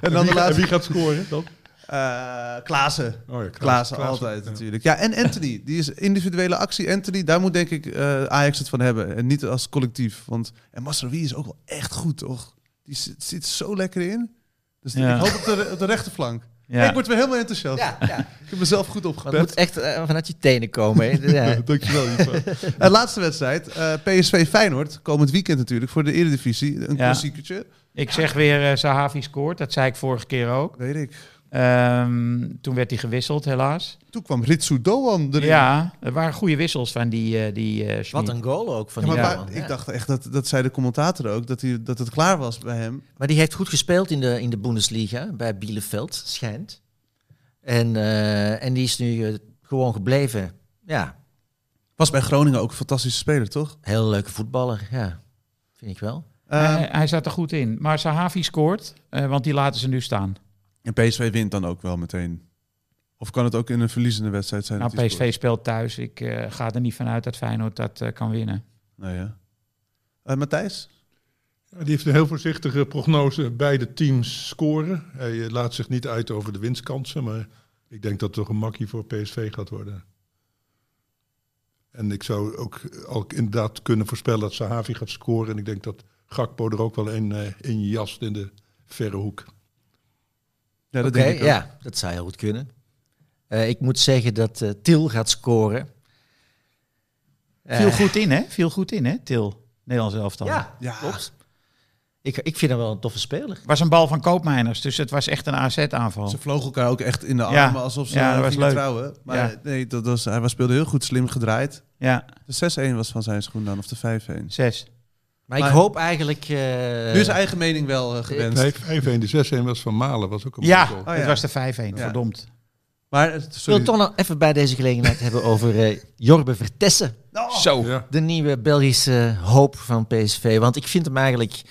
[SPEAKER 2] en dan de
[SPEAKER 1] wie, en
[SPEAKER 2] laatste,
[SPEAKER 1] wie gaat scoren dan?
[SPEAKER 2] eh Klaassen.
[SPEAKER 1] Oh ja,
[SPEAKER 2] Klaassen, altijd natuurlijk. Ja, en Anthony. Die is individuele actie. Anthony, daar moet denk ik eh, Ajax het van hebben. En niet als collectief. Want, en Masraoui is ook wel echt goed, toch? Die zit, zit zo lekker in. Dus
[SPEAKER 3] Ja.
[SPEAKER 2] ik hoop op de, op de rechterflank.
[SPEAKER 3] Ja.
[SPEAKER 2] Hey, ik word weer helemaal enthousiast.
[SPEAKER 5] Ja, ja.
[SPEAKER 2] Ik heb mezelf goed
[SPEAKER 5] Maar het moet
[SPEAKER 2] opgepet.
[SPEAKER 5] echt eh, vanuit je tenen komen. hè. Ja.
[SPEAKER 2] Dankjewel, Ivo. En laatste wedstrijd. eh, PSV Feyenoord. Komend weekend natuurlijk. Voor de Eredivisie. Een
[SPEAKER 3] Ja.
[SPEAKER 2] klassiekertje.
[SPEAKER 3] Ik zeg weer, eh, Sahavi scoort. Dat zei ik vorige keer ook.
[SPEAKER 2] Weet ik.
[SPEAKER 3] Ehm, toen werd hij gewisseld, helaas.
[SPEAKER 2] Toen kwam Ritsu Doan erin.
[SPEAKER 3] Ja, er waren goede wissels van die, eh, die eh, Schmid.
[SPEAKER 5] Wat een goal ook van
[SPEAKER 2] Ja, maar
[SPEAKER 5] die
[SPEAKER 2] waar-
[SPEAKER 5] Doan, ja.
[SPEAKER 2] ik dacht echt, dat, dat zei de commentator ook, dat, hij, dat het klaar was bij hem.
[SPEAKER 5] Maar die heeft goed gespeeld in de, in de Bundesliga bij Bielefeld, schijnt. En, eh, en die is nu eh, gewoon gebleven. Ja,
[SPEAKER 2] Was bij Groningen ook een fantastische speler, toch?
[SPEAKER 5] heel leuke voetballer, ja. Vind ik wel.
[SPEAKER 2] Eh,
[SPEAKER 3] hij, hij zat er goed in. Maar Sahavi scoort, eh, want die laten ze nu staan.
[SPEAKER 2] En PSV wint dan ook wel meteen. Of kan het ook in een verliezende wedstrijd zijn?
[SPEAKER 3] Nou,
[SPEAKER 2] dat die scoort?
[SPEAKER 3] PSV speelt thuis. Ik eh, ga er niet vanuit dat Feyenoord dat eh, kan winnen.
[SPEAKER 2] Nee, Nou ja. Eh, Matthijs?
[SPEAKER 1] Ja, die heeft een heel voorzichtige prognose. Beide teams scoren. Hij eh, laat zich niet uit over de winstkansen, maar ik denk dat het toch een makkie voor PSV gaat worden. En ik zou ook eh, al inderdaad kunnen voorspellen dat Sahavi gaat scoren. En ik denk dat Gakpo er ook wel een eh in jast in de verre hoek.
[SPEAKER 2] Ja, dat
[SPEAKER 5] Oké, ja, dat zou heel goed kunnen. Eh, ik moet zeggen dat eh, Til gaat scoren. Eh,
[SPEAKER 3] Viel goed in, hè? Viel goed in, hè, Til? Nederlands elftal.
[SPEAKER 5] Ja,
[SPEAKER 2] Ja.
[SPEAKER 5] klopt. Ik, ik vind hem wel een toffe speler.
[SPEAKER 3] was een bal van Koopmeiners, dus het was echt een AZ-aanval.
[SPEAKER 2] Ze vlogen elkaar ook echt in de armen,
[SPEAKER 3] Ja.
[SPEAKER 2] alsof ze
[SPEAKER 3] Ja,
[SPEAKER 2] ja,
[SPEAKER 3] dat was
[SPEAKER 2] gingen
[SPEAKER 3] leuk.
[SPEAKER 2] trouwen. Maar
[SPEAKER 3] Ja.
[SPEAKER 2] eh, nee, dat was, hij was, speelde heel goed, slim gedraaid.
[SPEAKER 3] Ja,
[SPEAKER 2] De 6-1 was van zijn schoen dan, of de 5-1.
[SPEAKER 3] zes.
[SPEAKER 5] Maar ik
[SPEAKER 2] Maar-
[SPEAKER 5] hoop eigenlijk... eh,
[SPEAKER 2] nu is eigen mening wel eh, gewenst.
[SPEAKER 1] Nee, 5-1. De 6-1 was van Malen. was ook een
[SPEAKER 7] Ja,
[SPEAKER 1] mooie goal.
[SPEAKER 2] Oh, ja.
[SPEAKER 7] het was de 5-1, verdomd.
[SPEAKER 2] Maar, eh,
[SPEAKER 5] Ik wil
[SPEAKER 2] sorry.
[SPEAKER 5] het toch nog even bij deze gelegenheid hebben over eh, Jorbe Vertessen.
[SPEAKER 7] Zo.
[SPEAKER 1] Ja.
[SPEAKER 5] De nieuwe Belgische hoop van PSV. Want ik vind hem eigenlijk...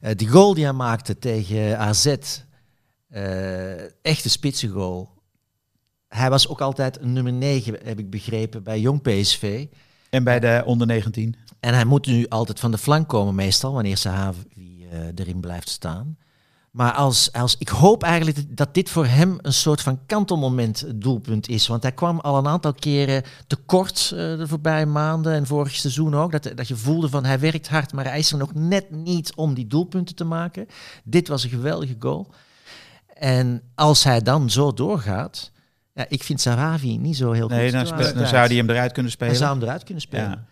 [SPEAKER 5] eh, die goal die hij maakte tegen AZ... eh, echte spitsengoal. Hij was ook altijd een nummer 9, heb ik begrepen, bij jong PSV.
[SPEAKER 3] En bij de onder 19.
[SPEAKER 5] En hij moet nu altijd van de flank komen meestal, wanneer Sahavi eh erin blijft staan. Maar als, als, ik hoop eigenlijk dat dit voor hem een soort van kantelmoment doelpunt is. Want hij kwam al een aantal keren tekort eh, de voorbije maanden en vorig seizoen ook. Dat, dat je voelde van hij werkt hard, maar hij is er nog net niet om die doelpunten te maken. Dit was een geweldige goal. En als hij dan zo doorgaat, ja, ik vind Sahavi niet zo heel
[SPEAKER 3] Nee,
[SPEAKER 5] goed.
[SPEAKER 3] dan,
[SPEAKER 5] Toen
[SPEAKER 3] spe-
[SPEAKER 5] hij
[SPEAKER 3] dan
[SPEAKER 5] eruit-
[SPEAKER 3] zou hij hem eruit kunnen
[SPEAKER 5] hij zou
[SPEAKER 3] spelen.
[SPEAKER 5] hem eruit kunnen spelen.
[SPEAKER 3] Ja.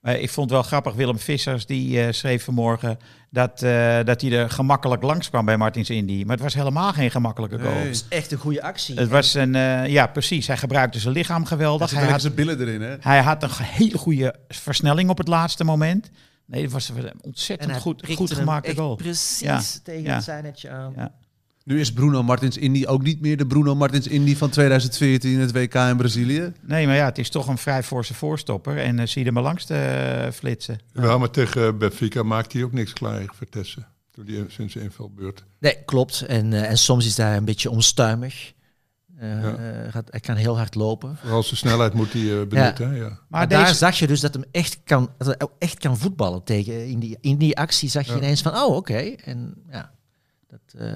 [SPEAKER 3] Maar ik vond het wel grappig, Willem Vissers die eh, schreef vanmorgen dat, eh, dat hij er gemakkelijk langs kwam bij Martins Indy. Maar het was helemaal geen gemakkelijke goal.
[SPEAKER 2] Nee.
[SPEAKER 5] Dat is echt een goede actie.
[SPEAKER 3] Het was een, eh, ja precies, hij gebruikte zijn lichaam geweldig. Hij
[SPEAKER 2] Hij had
[SPEAKER 3] had,
[SPEAKER 2] zijn billen erin, hè?
[SPEAKER 3] hij had een ge- hele goede versnelling op het laatste moment. Nee, dat was een
[SPEAKER 5] En
[SPEAKER 3] ontzettend
[SPEAKER 5] hij
[SPEAKER 3] goed,
[SPEAKER 5] prikte
[SPEAKER 3] goed
[SPEAKER 5] hem
[SPEAKER 3] gemaakte
[SPEAKER 5] echt
[SPEAKER 3] goal.
[SPEAKER 5] Precies
[SPEAKER 3] Ja,
[SPEAKER 5] tegen
[SPEAKER 3] ja.
[SPEAKER 5] het zijnetje aan.
[SPEAKER 3] Ja.
[SPEAKER 2] Nu is Bruno Martins Indy ook niet meer de Bruno Martins Indy van 2014, het WK in Brazilië.
[SPEAKER 3] Nee, maar ja, het is toch een vrij forse voorstopper. En eh, zie je er maar langs te eh, flitsen.
[SPEAKER 1] Wel, maar tegen eh, Benfica maakt hij ook niks klaar, Vertessen. Toen die sinds de invalbeurt.
[SPEAKER 5] Nee, klopt. En, eh, en soms is hij een beetje onstuimig. Eh,
[SPEAKER 1] Ja.
[SPEAKER 5] eh, gaat, hij kan heel hard lopen.
[SPEAKER 1] Vooral zijn snelheid moet hij eh, benutten. hè, Ja.
[SPEAKER 5] Maar,
[SPEAKER 3] Maar,
[SPEAKER 5] daar
[SPEAKER 3] deze,
[SPEAKER 5] zag je dus dat, hem echt kan, dat hij ook echt kan voetballen. Tegen. In, die, in die actie zag je
[SPEAKER 1] Ja.
[SPEAKER 5] ineens van, oh oké. En ja, dat eh,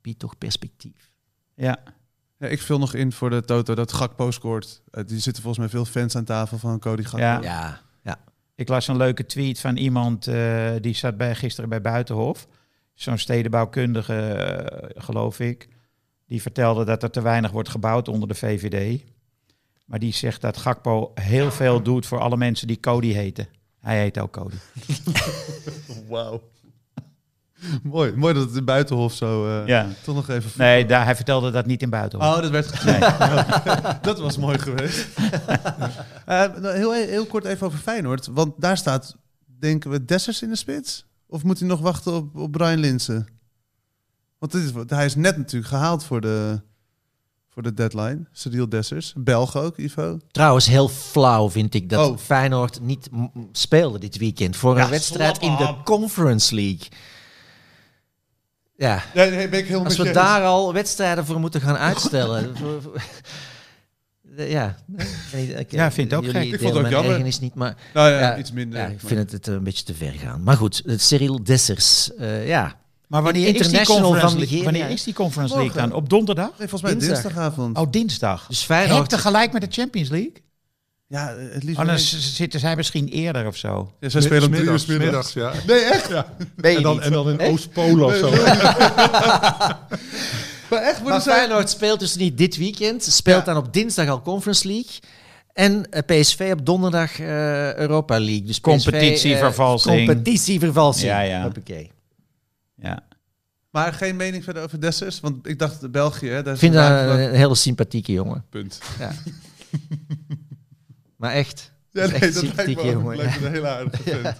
[SPEAKER 5] biedt toch perspectief.
[SPEAKER 3] ja.
[SPEAKER 2] Ja, ik vul nog in voor de Toto dat Gakpo scoort. Eh, die zitten volgens mij veel fans aan tafel van Cody Gakpo.
[SPEAKER 3] Ja.
[SPEAKER 5] Ja, ja.
[SPEAKER 3] Ik las een leuke tweet van iemand eh, die zat bij, gisteren bij Buitenhof. Zo'n stedenbouwkundige, eh, geloof ik. Die vertelde dat er te weinig wordt gebouwd onder de VVD. Maar die zegt dat Gakpo heel veel doet voor alle mensen die Cody heten. Hij heet ook Cody.
[SPEAKER 2] Wauw. mooi, mooi dat het in Buitenhof zo eh,
[SPEAKER 3] Ja.
[SPEAKER 2] toch nog even...
[SPEAKER 3] Nee, daar, hij vertelde dat niet in Buitenhof.
[SPEAKER 2] Oh, dat werd gezegd. dat was mooi geweest. Eh, nou, heel, heel kort even over Feyenoord. Want daar staat, denken we, Dessers in de spits? Of moet hij nog wachten op, op Brian Linsen? Want dit is, wat- hij is net natuurlijk gehaald voor de, voor de deadline. Cyril Dessers. Belg ook, Ivo.
[SPEAKER 5] Trouwens, heel flauw vind ik dat
[SPEAKER 2] Oh.
[SPEAKER 5] Feyenoord niet m- m- speelde dit weekend. Voor
[SPEAKER 2] Ja,
[SPEAKER 5] een wedstrijd
[SPEAKER 2] slap
[SPEAKER 5] in de
[SPEAKER 2] op.
[SPEAKER 5] Conference League. Ja,
[SPEAKER 2] Nee, ben ik heel
[SPEAKER 5] Als we daar al wedstrijden voor moeten gaan uitstellen. Voor- voor- ja.
[SPEAKER 3] Ja, ik vind het ook gek.
[SPEAKER 2] Ik vond het ook jammer.
[SPEAKER 5] Is niet, maar,
[SPEAKER 2] Nou ja,
[SPEAKER 5] Ja,
[SPEAKER 2] iets minder.
[SPEAKER 5] ja, ik
[SPEAKER 2] Maar-
[SPEAKER 5] vind het, het een beetje te ver gaan. Maar goed, het Cyril Dessers. eh, ja.
[SPEAKER 3] maar wanneer is, die
[SPEAKER 5] International
[SPEAKER 3] conference
[SPEAKER 5] van
[SPEAKER 3] League,
[SPEAKER 5] Nigeria.
[SPEAKER 3] wanneer is die Conference League
[SPEAKER 2] Morgen.
[SPEAKER 3] dan? Op donderdag?
[SPEAKER 2] Nee, volgens mij
[SPEAKER 5] Dinsdag.
[SPEAKER 2] dinsdagavond.
[SPEAKER 3] Oh, dinsdag.
[SPEAKER 5] Dus
[SPEAKER 7] Hek
[SPEAKER 5] Feyenoord.
[SPEAKER 7] tegelijk met de Champions League?
[SPEAKER 2] Ja, eh, het liefst... wel
[SPEAKER 3] Anders
[SPEAKER 2] niet.
[SPEAKER 3] zitten zij misschien eerder of zo.
[SPEAKER 2] Ja, zij spelen om drie uur 's middags.
[SPEAKER 1] middags, ja.
[SPEAKER 2] Nee,
[SPEAKER 1] En
[SPEAKER 2] echt?
[SPEAKER 1] dan, en dan in
[SPEAKER 5] Echt?
[SPEAKER 1] Oost-Polen of zo.
[SPEAKER 2] Maar echt, worden
[SPEAKER 5] Maar
[SPEAKER 2] zij...
[SPEAKER 5] Feyenoord speelt dus niet dit weekend. Speelt
[SPEAKER 2] Ja.
[SPEAKER 5] dan op dinsdag al Conference League. En eh, PSV op donderdag eh, Europa League. Dus PSV, eh,
[SPEAKER 3] Competitievervalsing.
[SPEAKER 5] competitievervalsing.
[SPEAKER 3] Ja, ja.
[SPEAKER 5] Hoppakee.
[SPEAKER 3] Ja.
[SPEAKER 2] Maar geen mening verder over Dessers? Want ik dacht België, hè? Daar
[SPEAKER 5] Ik
[SPEAKER 2] is
[SPEAKER 5] vind dat
[SPEAKER 2] vandaag
[SPEAKER 5] een,
[SPEAKER 2] wel-
[SPEAKER 5] een hele sympathieke jongen.
[SPEAKER 2] punt.
[SPEAKER 5] Maar echt.
[SPEAKER 2] Ja,
[SPEAKER 5] is
[SPEAKER 2] nee,
[SPEAKER 5] echt
[SPEAKER 2] dat lijkt
[SPEAKER 5] sympathieke
[SPEAKER 2] me, ook-
[SPEAKER 5] jongen,
[SPEAKER 2] lijkt me een hele aardige vent.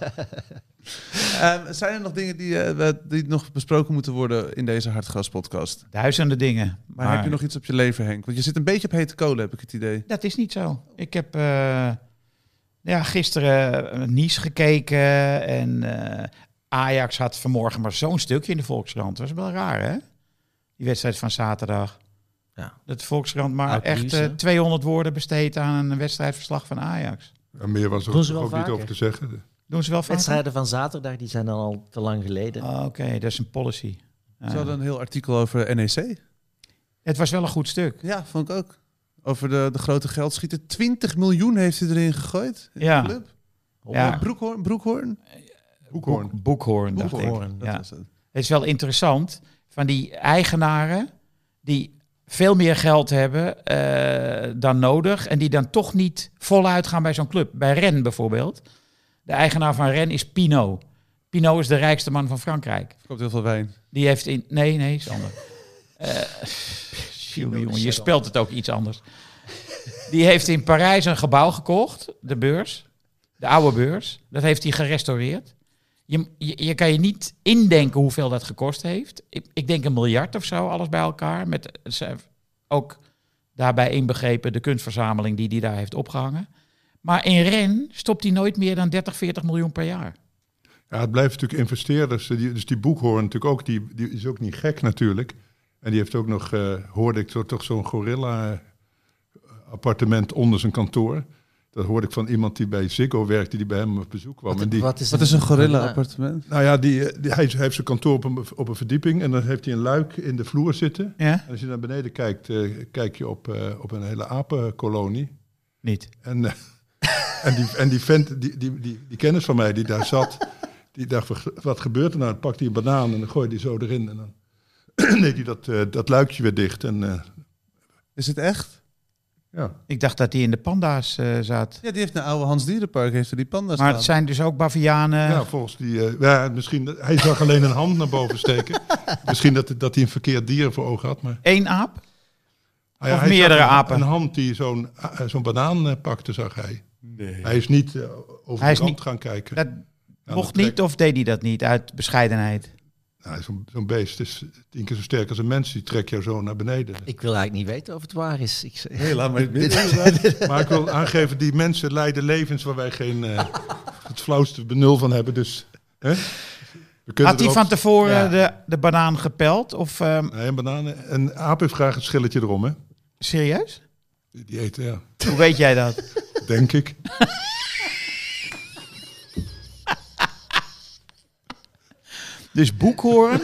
[SPEAKER 2] Ehm, zijn er nog dingen die, eh, we- die nog besproken moeten worden in deze Hartgras-podcast?
[SPEAKER 3] Duizenden dingen.
[SPEAKER 2] Maar, heb je nog iets op je leven, Henk? Want je zit een beetje op hete kolen, heb ik het idee.
[SPEAKER 3] Dat is niet zo. Ik heb eh, ja, gisteren eh, Nice gekeken en eh, Ajax had vanmorgen maar zo'n stukje in de Volkskrant. Dat is wel raar, hè? Die wedstrijd van zaterdag.
[SPEAKER 5] Ja.
[SPEAKER 3] Dat de Volkskrant maar
[SPEAKER 5] Oud
[SPEAKER 3] echt
[SPEAKER 5] nieuws,
[SPEAKER 3] eh,
[SPEAKER 5] hè?
[SPEAKER 3] 200 woorden besteedt aan een wedstrijdverslag van Ajax.
[SPEAKER 1] Ja, meer was er
[SPEAKER 5] Doen
[SPEAKER 1] ook,
[SPEAKER 5] ze wel
[SPEAKER 1] ook niet
[SPEAKER 5] vaker.
[SPEAKER 1] over te zeggen.
[SPEAKER 3] Doen ze wel vaak?
[SPEAKER 5] Wedstrijden van zaterdag die zijn dan al te lang
[SPEAKER 2] Ah,
[SPEAKER 5] geleden.
[SPEAKER 3] Oké, dat is een policy. Ja.
[SPEAKER 2] Ze hadden een heel artikel over E NEC.
[SPEAKER 3] Het was wel een goed stuk.
[SPEAKER 2] Ja, vond ik ook. Over de, de grote geldschieter. 20 miljoen heeft hij erin gegooid. in de
[SPEAKER 3] Ja.
[SPEAKER 2] Club.
[SPEAKER 3] Ja.
[SPEAKER 2] Broekhoorn, Broekhoorn?
[SPEAKER 1] Boekhoorn.
[SPEAKER 3] Boek- Boekhoorn, dacht
[SPEAKER 5] Boekhoorn,
[SPEAKER 3] ik.
[SPEAKER 2] Dat
[SPEAKER 3] Ja.
[SPEAKER 2] was het.
[SPEAKER 3] Het is wel interessant van die eigenaren die veel meer geld hebben eh, dan nodig en die dan toch niet voluit gaan bij zo'n club. Bij Ren bijvoorbeeld. De eigenaar van Ren is Pino. Pino is de rijkste man van Frankrijk.
[SPEAKER 2] Er komt heel veel wijn.
[SPEAKER 3] Die heeft in. Nee, nee, is ander. Eh, jongen, jongen, je spelt het ook iets anders. Die heeft in Parijs een gebouw gekocht, de beurs, de oude beurs. Dat heeft hij gerestaureerd. Je, je, je kan je niet indenken hoeveel dat gekost heeft. Ik, ik denk een miljard of zo, alles bij elkaar. Met eh, ze- ook daarbij inbegrepen de kunstverzameling die hij daar heeft opgehangen. Maar in Ren stopt hij nooit meer dan 30, 40 miljoen per jaar.
[SPEAKER 1] Ja, het blijft natuurlijk investeerders. eh, die- Dus die boekhoorn natuurlijk ook, die, die is ook niet gek natuurlijk. En die heeft ook nog, eh, hoorde ik zo- toch zo'n gorilla-appartement onder zijn kantoor. Dat hoorde ik van iemand die bij Ziggo werkte, die bij hem op bezoek kwam. en die,
[SPEAKER 5] is eh,
[SPEAKER 2] Wat is een gorilla-appartement?
[SPEAKER 1] Nou ja, die, eh, die- hij hij heeft zijn kantoor op een, op een verdieping en dan heeft hij een luik in de vloer zitten.
[SPEAKER 6] Ja?
[SPEAKER 1] En als je naar beneden kijkt, eh, kijk je op, eh, op een hele apenkolonie.
[SPEAKER 6] Niet.
[SPEAKER 1] En, eh, en, die, en die vent, die, die, die, die kennis van mij die daar zat, die dacht, "Wat- wat gebeurt er nou? Dan pakt hij een banaan en dan gooit hij zo erin. En dan deed hij dat, eh, dat luikje weer dicht. En, eh,
[SPEAKER 2] Is het echt?
[SPEAKER 1] ja.
[SPEAKER 6] Ik dacht dat hij in de panda's eh, zat.
[SPEAKER 2] Ja, die heeft een oude Hans Dierenpark, heeft er die panda's
[SPEAKER 6] Maar het
[SPEAKER 2] staan.
[SPEAKER 6] zijn dus ook bavianen.
[SPEAKER 1] ja, volgens die... eh, ja, misschien, dat- hij zag alleen een hand naar boven steken. misschien dat, dat hij een verkeerd dier voor ogen had. Maar,
[SPEAKER 6] Eén aap?
[SPEAKER 1] Ah ja,
[SPEAKER 6] Of
[SPEAKER 1] hij zag
[SPEAKER 6] meerdere
[SPEAKER 1] een,
[SPEAKER 6] apen.
[SPEAKER 1] Een hand die zo'n eh, zo'n banaan eh, pakte, zag hij. Hij is niet eh, over
[SPEAKER 6] Hij is
[SPEAKER 1] de rand
[SPEAKER 6] niet-
[SPEAKER 1] gaan kijken.
[SPEAKER 6] Dat
[SPEAKER 1] de
[SPEAKER 6] mocht
[SPEAKER 1] plek.
[SPEAKER 6] niet of deed hij dat niet uit bescheidenheid?
[SPEAKER 1] Nou, zo'n zo'n beest is tien keer zo sterk als een mens. Die trekt jou zo naar beneden.
[SPEAKER 5] Ik wil eigenlijk niet weten of het waar is. Ik, zeg-
[SPEAKER 2] Hey, laat maar in het midden.
[SPEAKER 1] Maar ik wil aangeven, die mensen leiden levens waar wij geen eh, het flauwste benul van hebben. Dus hè? we kunnen
[SPEAKER 6] Had hij
[SPEAKER 1] er
[SPEAKER 6] van
[SPEAKER 1] ook-
[SPEAKER 6] tevoren
[SPEAKER 5] Ja.
[SPEAKER 6] de, de banaan gepeld? Of ehm,
[SPEAKER 1] Nee, een bananen. Een aap heeft graag een schilletje erom, hè?
[SPEAKER 6] serieus?
[SPEAKER 1] Die eten, ja.
[SPEAKER 6] Hoe weet jij dat?
[SPEAKER 1] Denk ik.
[SPEAKER 6] Dus Boekhoorn.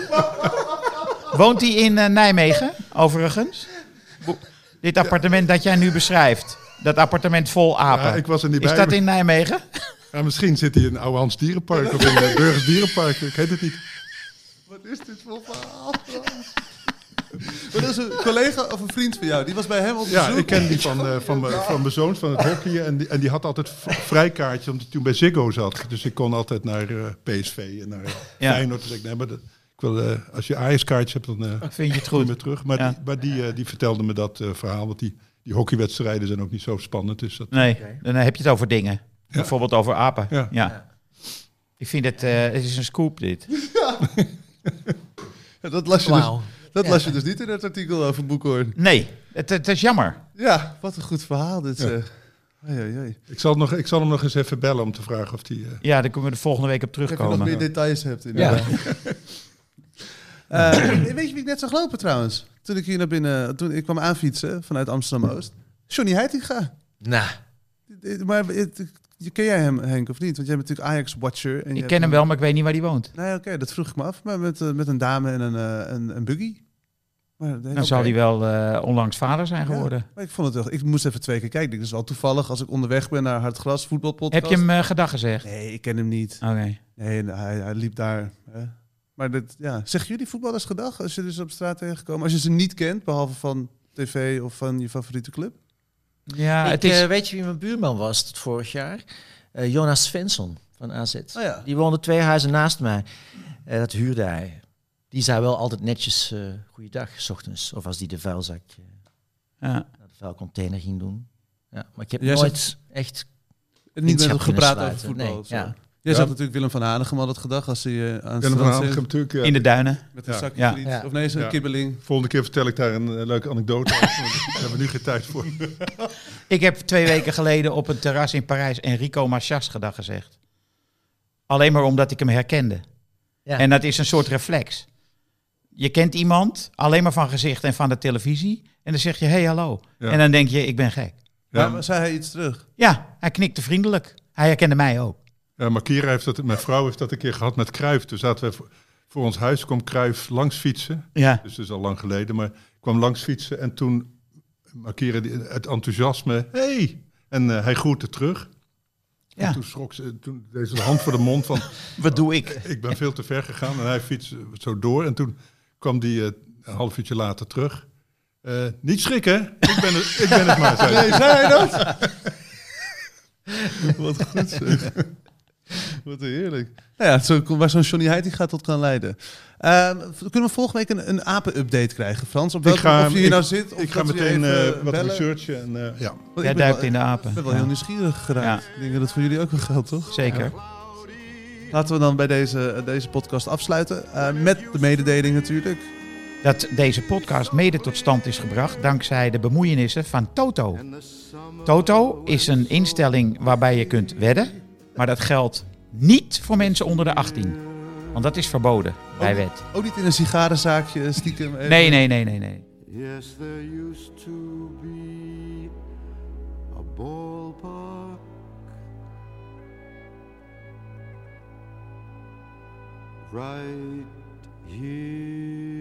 [SPEAKER 6] Woont hij in eh, Nijmegen, overigens? Bo- Dit appartement dat jij nu beschrijft. Dat appartement vol apen.
[SPEAKER 1] Ja, ik was er niet
[SPEAKER 6] Is
[SPEAKER 1] bij.
[SPEAKER 6] dat in Nijmegen?
[SPEAKER 1] Ja, misschien zit hij in een oude Hans Dierenpark of in een Burgers Dierenpark. Ik weet het niet.
[SPEAKER 2] Wat is dit voor verhaal? Maar dat is een collega of een vriend van jou. Die was bij hem op bezoek.
[SPEAKER 1] Ja, ik ken die van, eh, van, mijn- van mijn zoons van het hockey. En die, en die had altijd v- vrijkaartje, omdat hij toen bij Ziggo zat. Dus ik kon altijd naar eh, PSV en naar eh,
[SPEAKER 6] Ja.
[SPEAKER 1] Feyenoord. Dus ik, nee, maar dat, ik wil, eh, als je Ajax-kaartje hebt, dan... eh,
[SPEAKER 6] Vind je het
[SPEAKER 1] niet
[SPEAKER 6] goed?
[SPEAKER 1] meer terug. Maar,
[SPEAKER 6] Ja.
[SPEAKER 1] die, maar die, eh, die vertelde me dat eh, verhaal. Want die, die hockeywedstrijden zijn ook niet zo spannend. Dus dat,
[SPEAKER 6] Nee, dan heb je het over dingen. Bijvoorbeeld over apen. Ja.
[SPEAKER 1] Ja.
[SPEAKER 6] Ik vind het, eh, het is een scoop dit.
[SPEAKER 2] Ja, Dat las je,
[SPEAKER 5] Wauw.
[SPEAKER 2] dus, dat las je dus niet in het artikel over Boekhoorn.
[SPEAKER 6] Nee, het, het is jammer.
[SPEAKER 2] Ja, wat een goed verhaal dit. zeg. Oei, oei, oei.
[SPEAKER 1] ik, zal nog, ik zal hem nog eens even bellen om te vragen of die... eh,
[SPEAKER 6] Ja, daar kunnen we de volgende week op
[SPEAKER 2] Of je nog
[SPEAKER 6] terugkomen.
[SPEAKER 2] meer details hebt.
[SPEAKER 5] Ja.
[SPEAKER 2] inderdaad. Eh, weet je wie ik net zag lopen trouwens? Toen ik hier naar binnen, toen ik kwam aanfietsen vanuit Amsterdam-Oost. Johnny Heitinga. Eh,
[SPEAKER 5] Nou,
[SPEAKER 2] Maar het- je- ken jij hem, Henk, of niet? Want jij bent natuurlijk Ajax-watcher. en je
[SPEAKER 6] Ik
[SPEAKER 2] hebt
[SPEAKER 6] ken hem wel, maar ik weet niet waar hij woont.
[SPEAKER 2] Nee, oké, dat vroeg ik me af. Maar met, eh, met een dame en een, eh, een, een buggy. Maar, dat-
[SPEAKER 6] Dan zal hij wel eh, onlangs vader zijn geworden.
[SPEAKER 2] Ja, maar ik vond het wel... Ik moest even twee keer kijken. Ik denk, Dat is wel toevallig als ik onderweg ben naar Hartgras voetbalpodcast.
[SPEAKER 6] Heb je hem eh, gedag gezegd?
[SPEAKER 2] Nee, ik ken hem niet.
[SPEAKER 6] Oké.
[SPEAKER 2] Nee, en hij, hij liep daar. Hè. Maar dat, ja. zeggen jullie voetballers gedag als je dus op straat tegenkomt? Als je ze niet kent, behalve van tv of van je favoriete club?
[SPEAKER 6] Ja,
[SPEAKER 5] ik,
[SPEAKER 6] het is...
[SPEAKER 5] eh, weet je wie mijn buurman was tot vorig jaar? Eh, Jonas Svensson van AZ.
[SPEAKER 2] Oh ja.
[SPEAKER 5] Die woonde twee huizen naast mij. Eh, dat huurde hij. Die zei wel altijd netjes eh goeiedag, s ochtends. Of als die de vuilzak eh,
[SPEAKER 6] ja.
[SPEAKER 5] naar de vuilcontainer ging doen. Ja, maar ik heb
[SPEAKER 2] Jij
[SPEAKER 5] nooit echt...
[SPEAKER 2] En niet met hem
[SPEAKER 5] Vriendschap kunnen
[SPEAKER 2] gepraat over
[SPEAKER 5] sluiten,
[SPEAKER 2] voetbal.
[SPEAKER 5] nee,
[SPEAKER 2] of zo.
[SPEAKER 5] ja.
[SPEAKER 2] Jij
[SPEAKER 1] Ja.
[SPEAKER 2] zag natuurlijk Willem van Hanegem al dat gedag als hij eh, aan
[SPEAKER 1] Willem van
[SPEAKER 2] strand
[SPEAKER 1] Hanegem
[SPEAKER 2] zit
[SPEAKER 1] natuurlijk... eh,
[SPEAKER 6] In de duinen.
[SPEAKER 2] Met een
[SPEAKER 1] Ja.
[SPEAKER 2] zakje
[SPEAKER 6] Ja.
[SPEAKER 2] friet.
[SPEAKER 5] Ja.
[SPEAKER 2] Of nee, zo'n
[SPEAKER 1] Ja.
[SPEAKER 2] kibbeling.
[SPEAKER 1] Volgende keer vertel ik daar een eh, leuke anekdote over. want Daar hebben we nu geen tijd voor.
[SPEAKER 6] Ik heb twee weken geleden op een terras in Parijs Enrico Machas gedag gezegd. Alleen maar omdat ik hem herkende.
[SPEAKER 5] Ja.
[SPEAKER 6] En dat is een soort reflex. Je kent iemand alleen maar van gezicht en van de televisie. En dan zeg je, hey, hallo.
[SPEAKER 1] Ja.
[SPEAKER 6] En dan denk je, ik ben gek.
[SPEAKER 1] Ja,
[SPEAKER 2] Maar
[SPEAKER 1] maar-
[SPEAKER 2] zei hij iets terug?
[SPEAKER 6] Ja, hij knikte vriendelijk. Hij herkende mij ook.
[SPEAKER 1] ja, Eh, maar Kira heeft dat, mijn vrouw heeft dat een keer gehad met Kruif. Toen zaten we voor, voor ons huis, kwam Kruif langs fietsen.
[SPEAKER 6] Ja.
[SPEAKER 1] Dus dat is al lang geleden, maar ik kwam langs fietsen en toen markeerde die het enthousiasme. Hey! En eh, hij groette terug.
[SPEAKER 6] Ja.
[SPEAKER 1] En toen schrok ze, toen deed ze de hand voor de mond van,
[SPEAKER 6] Wat doe ik?
[SPEAKER 1] ik ben veel te ver gegaan. En hij fietste zo door en toen kwam die eh, een half uurtje later terug. Eh, niet schrikken, ik ben het, ik ben het maar. zei hij.
[SPEAKER 2] Wat goed zeg. Wat heerlijk. Nou ja, zo, waar zo'n Johnny Heidt die gaat tot kan leiden. Ehm, v- kunnen we volgende week een, een apen-update krijgen, Frans? Op welke,
[SPEAKER 1] ga-
[SPEAKER 2] of je hier
[SPEAKER 1] ik-
[SPEAKER 2] nou zit? Of
[SPEAKER 1] Ik ga
[SPEAKER 2] dat we je
[SPEAKER 1] meteen
[SPEAKER 2] even
[SPEAKER 1] eh, wat
[SPEAKER 2] bellen?
[SPEAKER 1] researchen. En, eh, ja.
[SPEAKER 2] Want
[SPEAKER 6] Jij
[SPEAKER 2] ik ben
[SPEAKER 6] duikt
[SPEAKER 2] wel-
[SPEAKER 6] in de
[SPEAKER 2] Ik
[SPEAKER 6] apen.
[SPEAKER 2] ben wel
[SPEAKER 6] Ja,
[SPEAKER 2] heel nieuwsgierig geraakt. Ik denk dat het voor jullie ook wel geldt, toch?
[SPEAKER 6] Zeker.
[SPEAKER 4] cloudy
[SPEAKER 2] Laten we dan bij deze, eh, deze podcast afsluiten. Eh, met de mededeling natuurlijk.
[SPEAKER 3] Dat deze podcast mede tot stand is gebracht dankzij de bemoeienissen van Toto. Toto is een instelling waarbij je kunt wedden, maar dat geldt niet voor mensen onder de 18. Want dat is verboden bij wet.
[SPEAKER 2] Ook niet in een sigarenzaakje stiekem. even-
[SPEAKER 3] Nee, nee, nee, nee, nee.
[SPEAKER 4] Yes, there used to be a ballpark right here.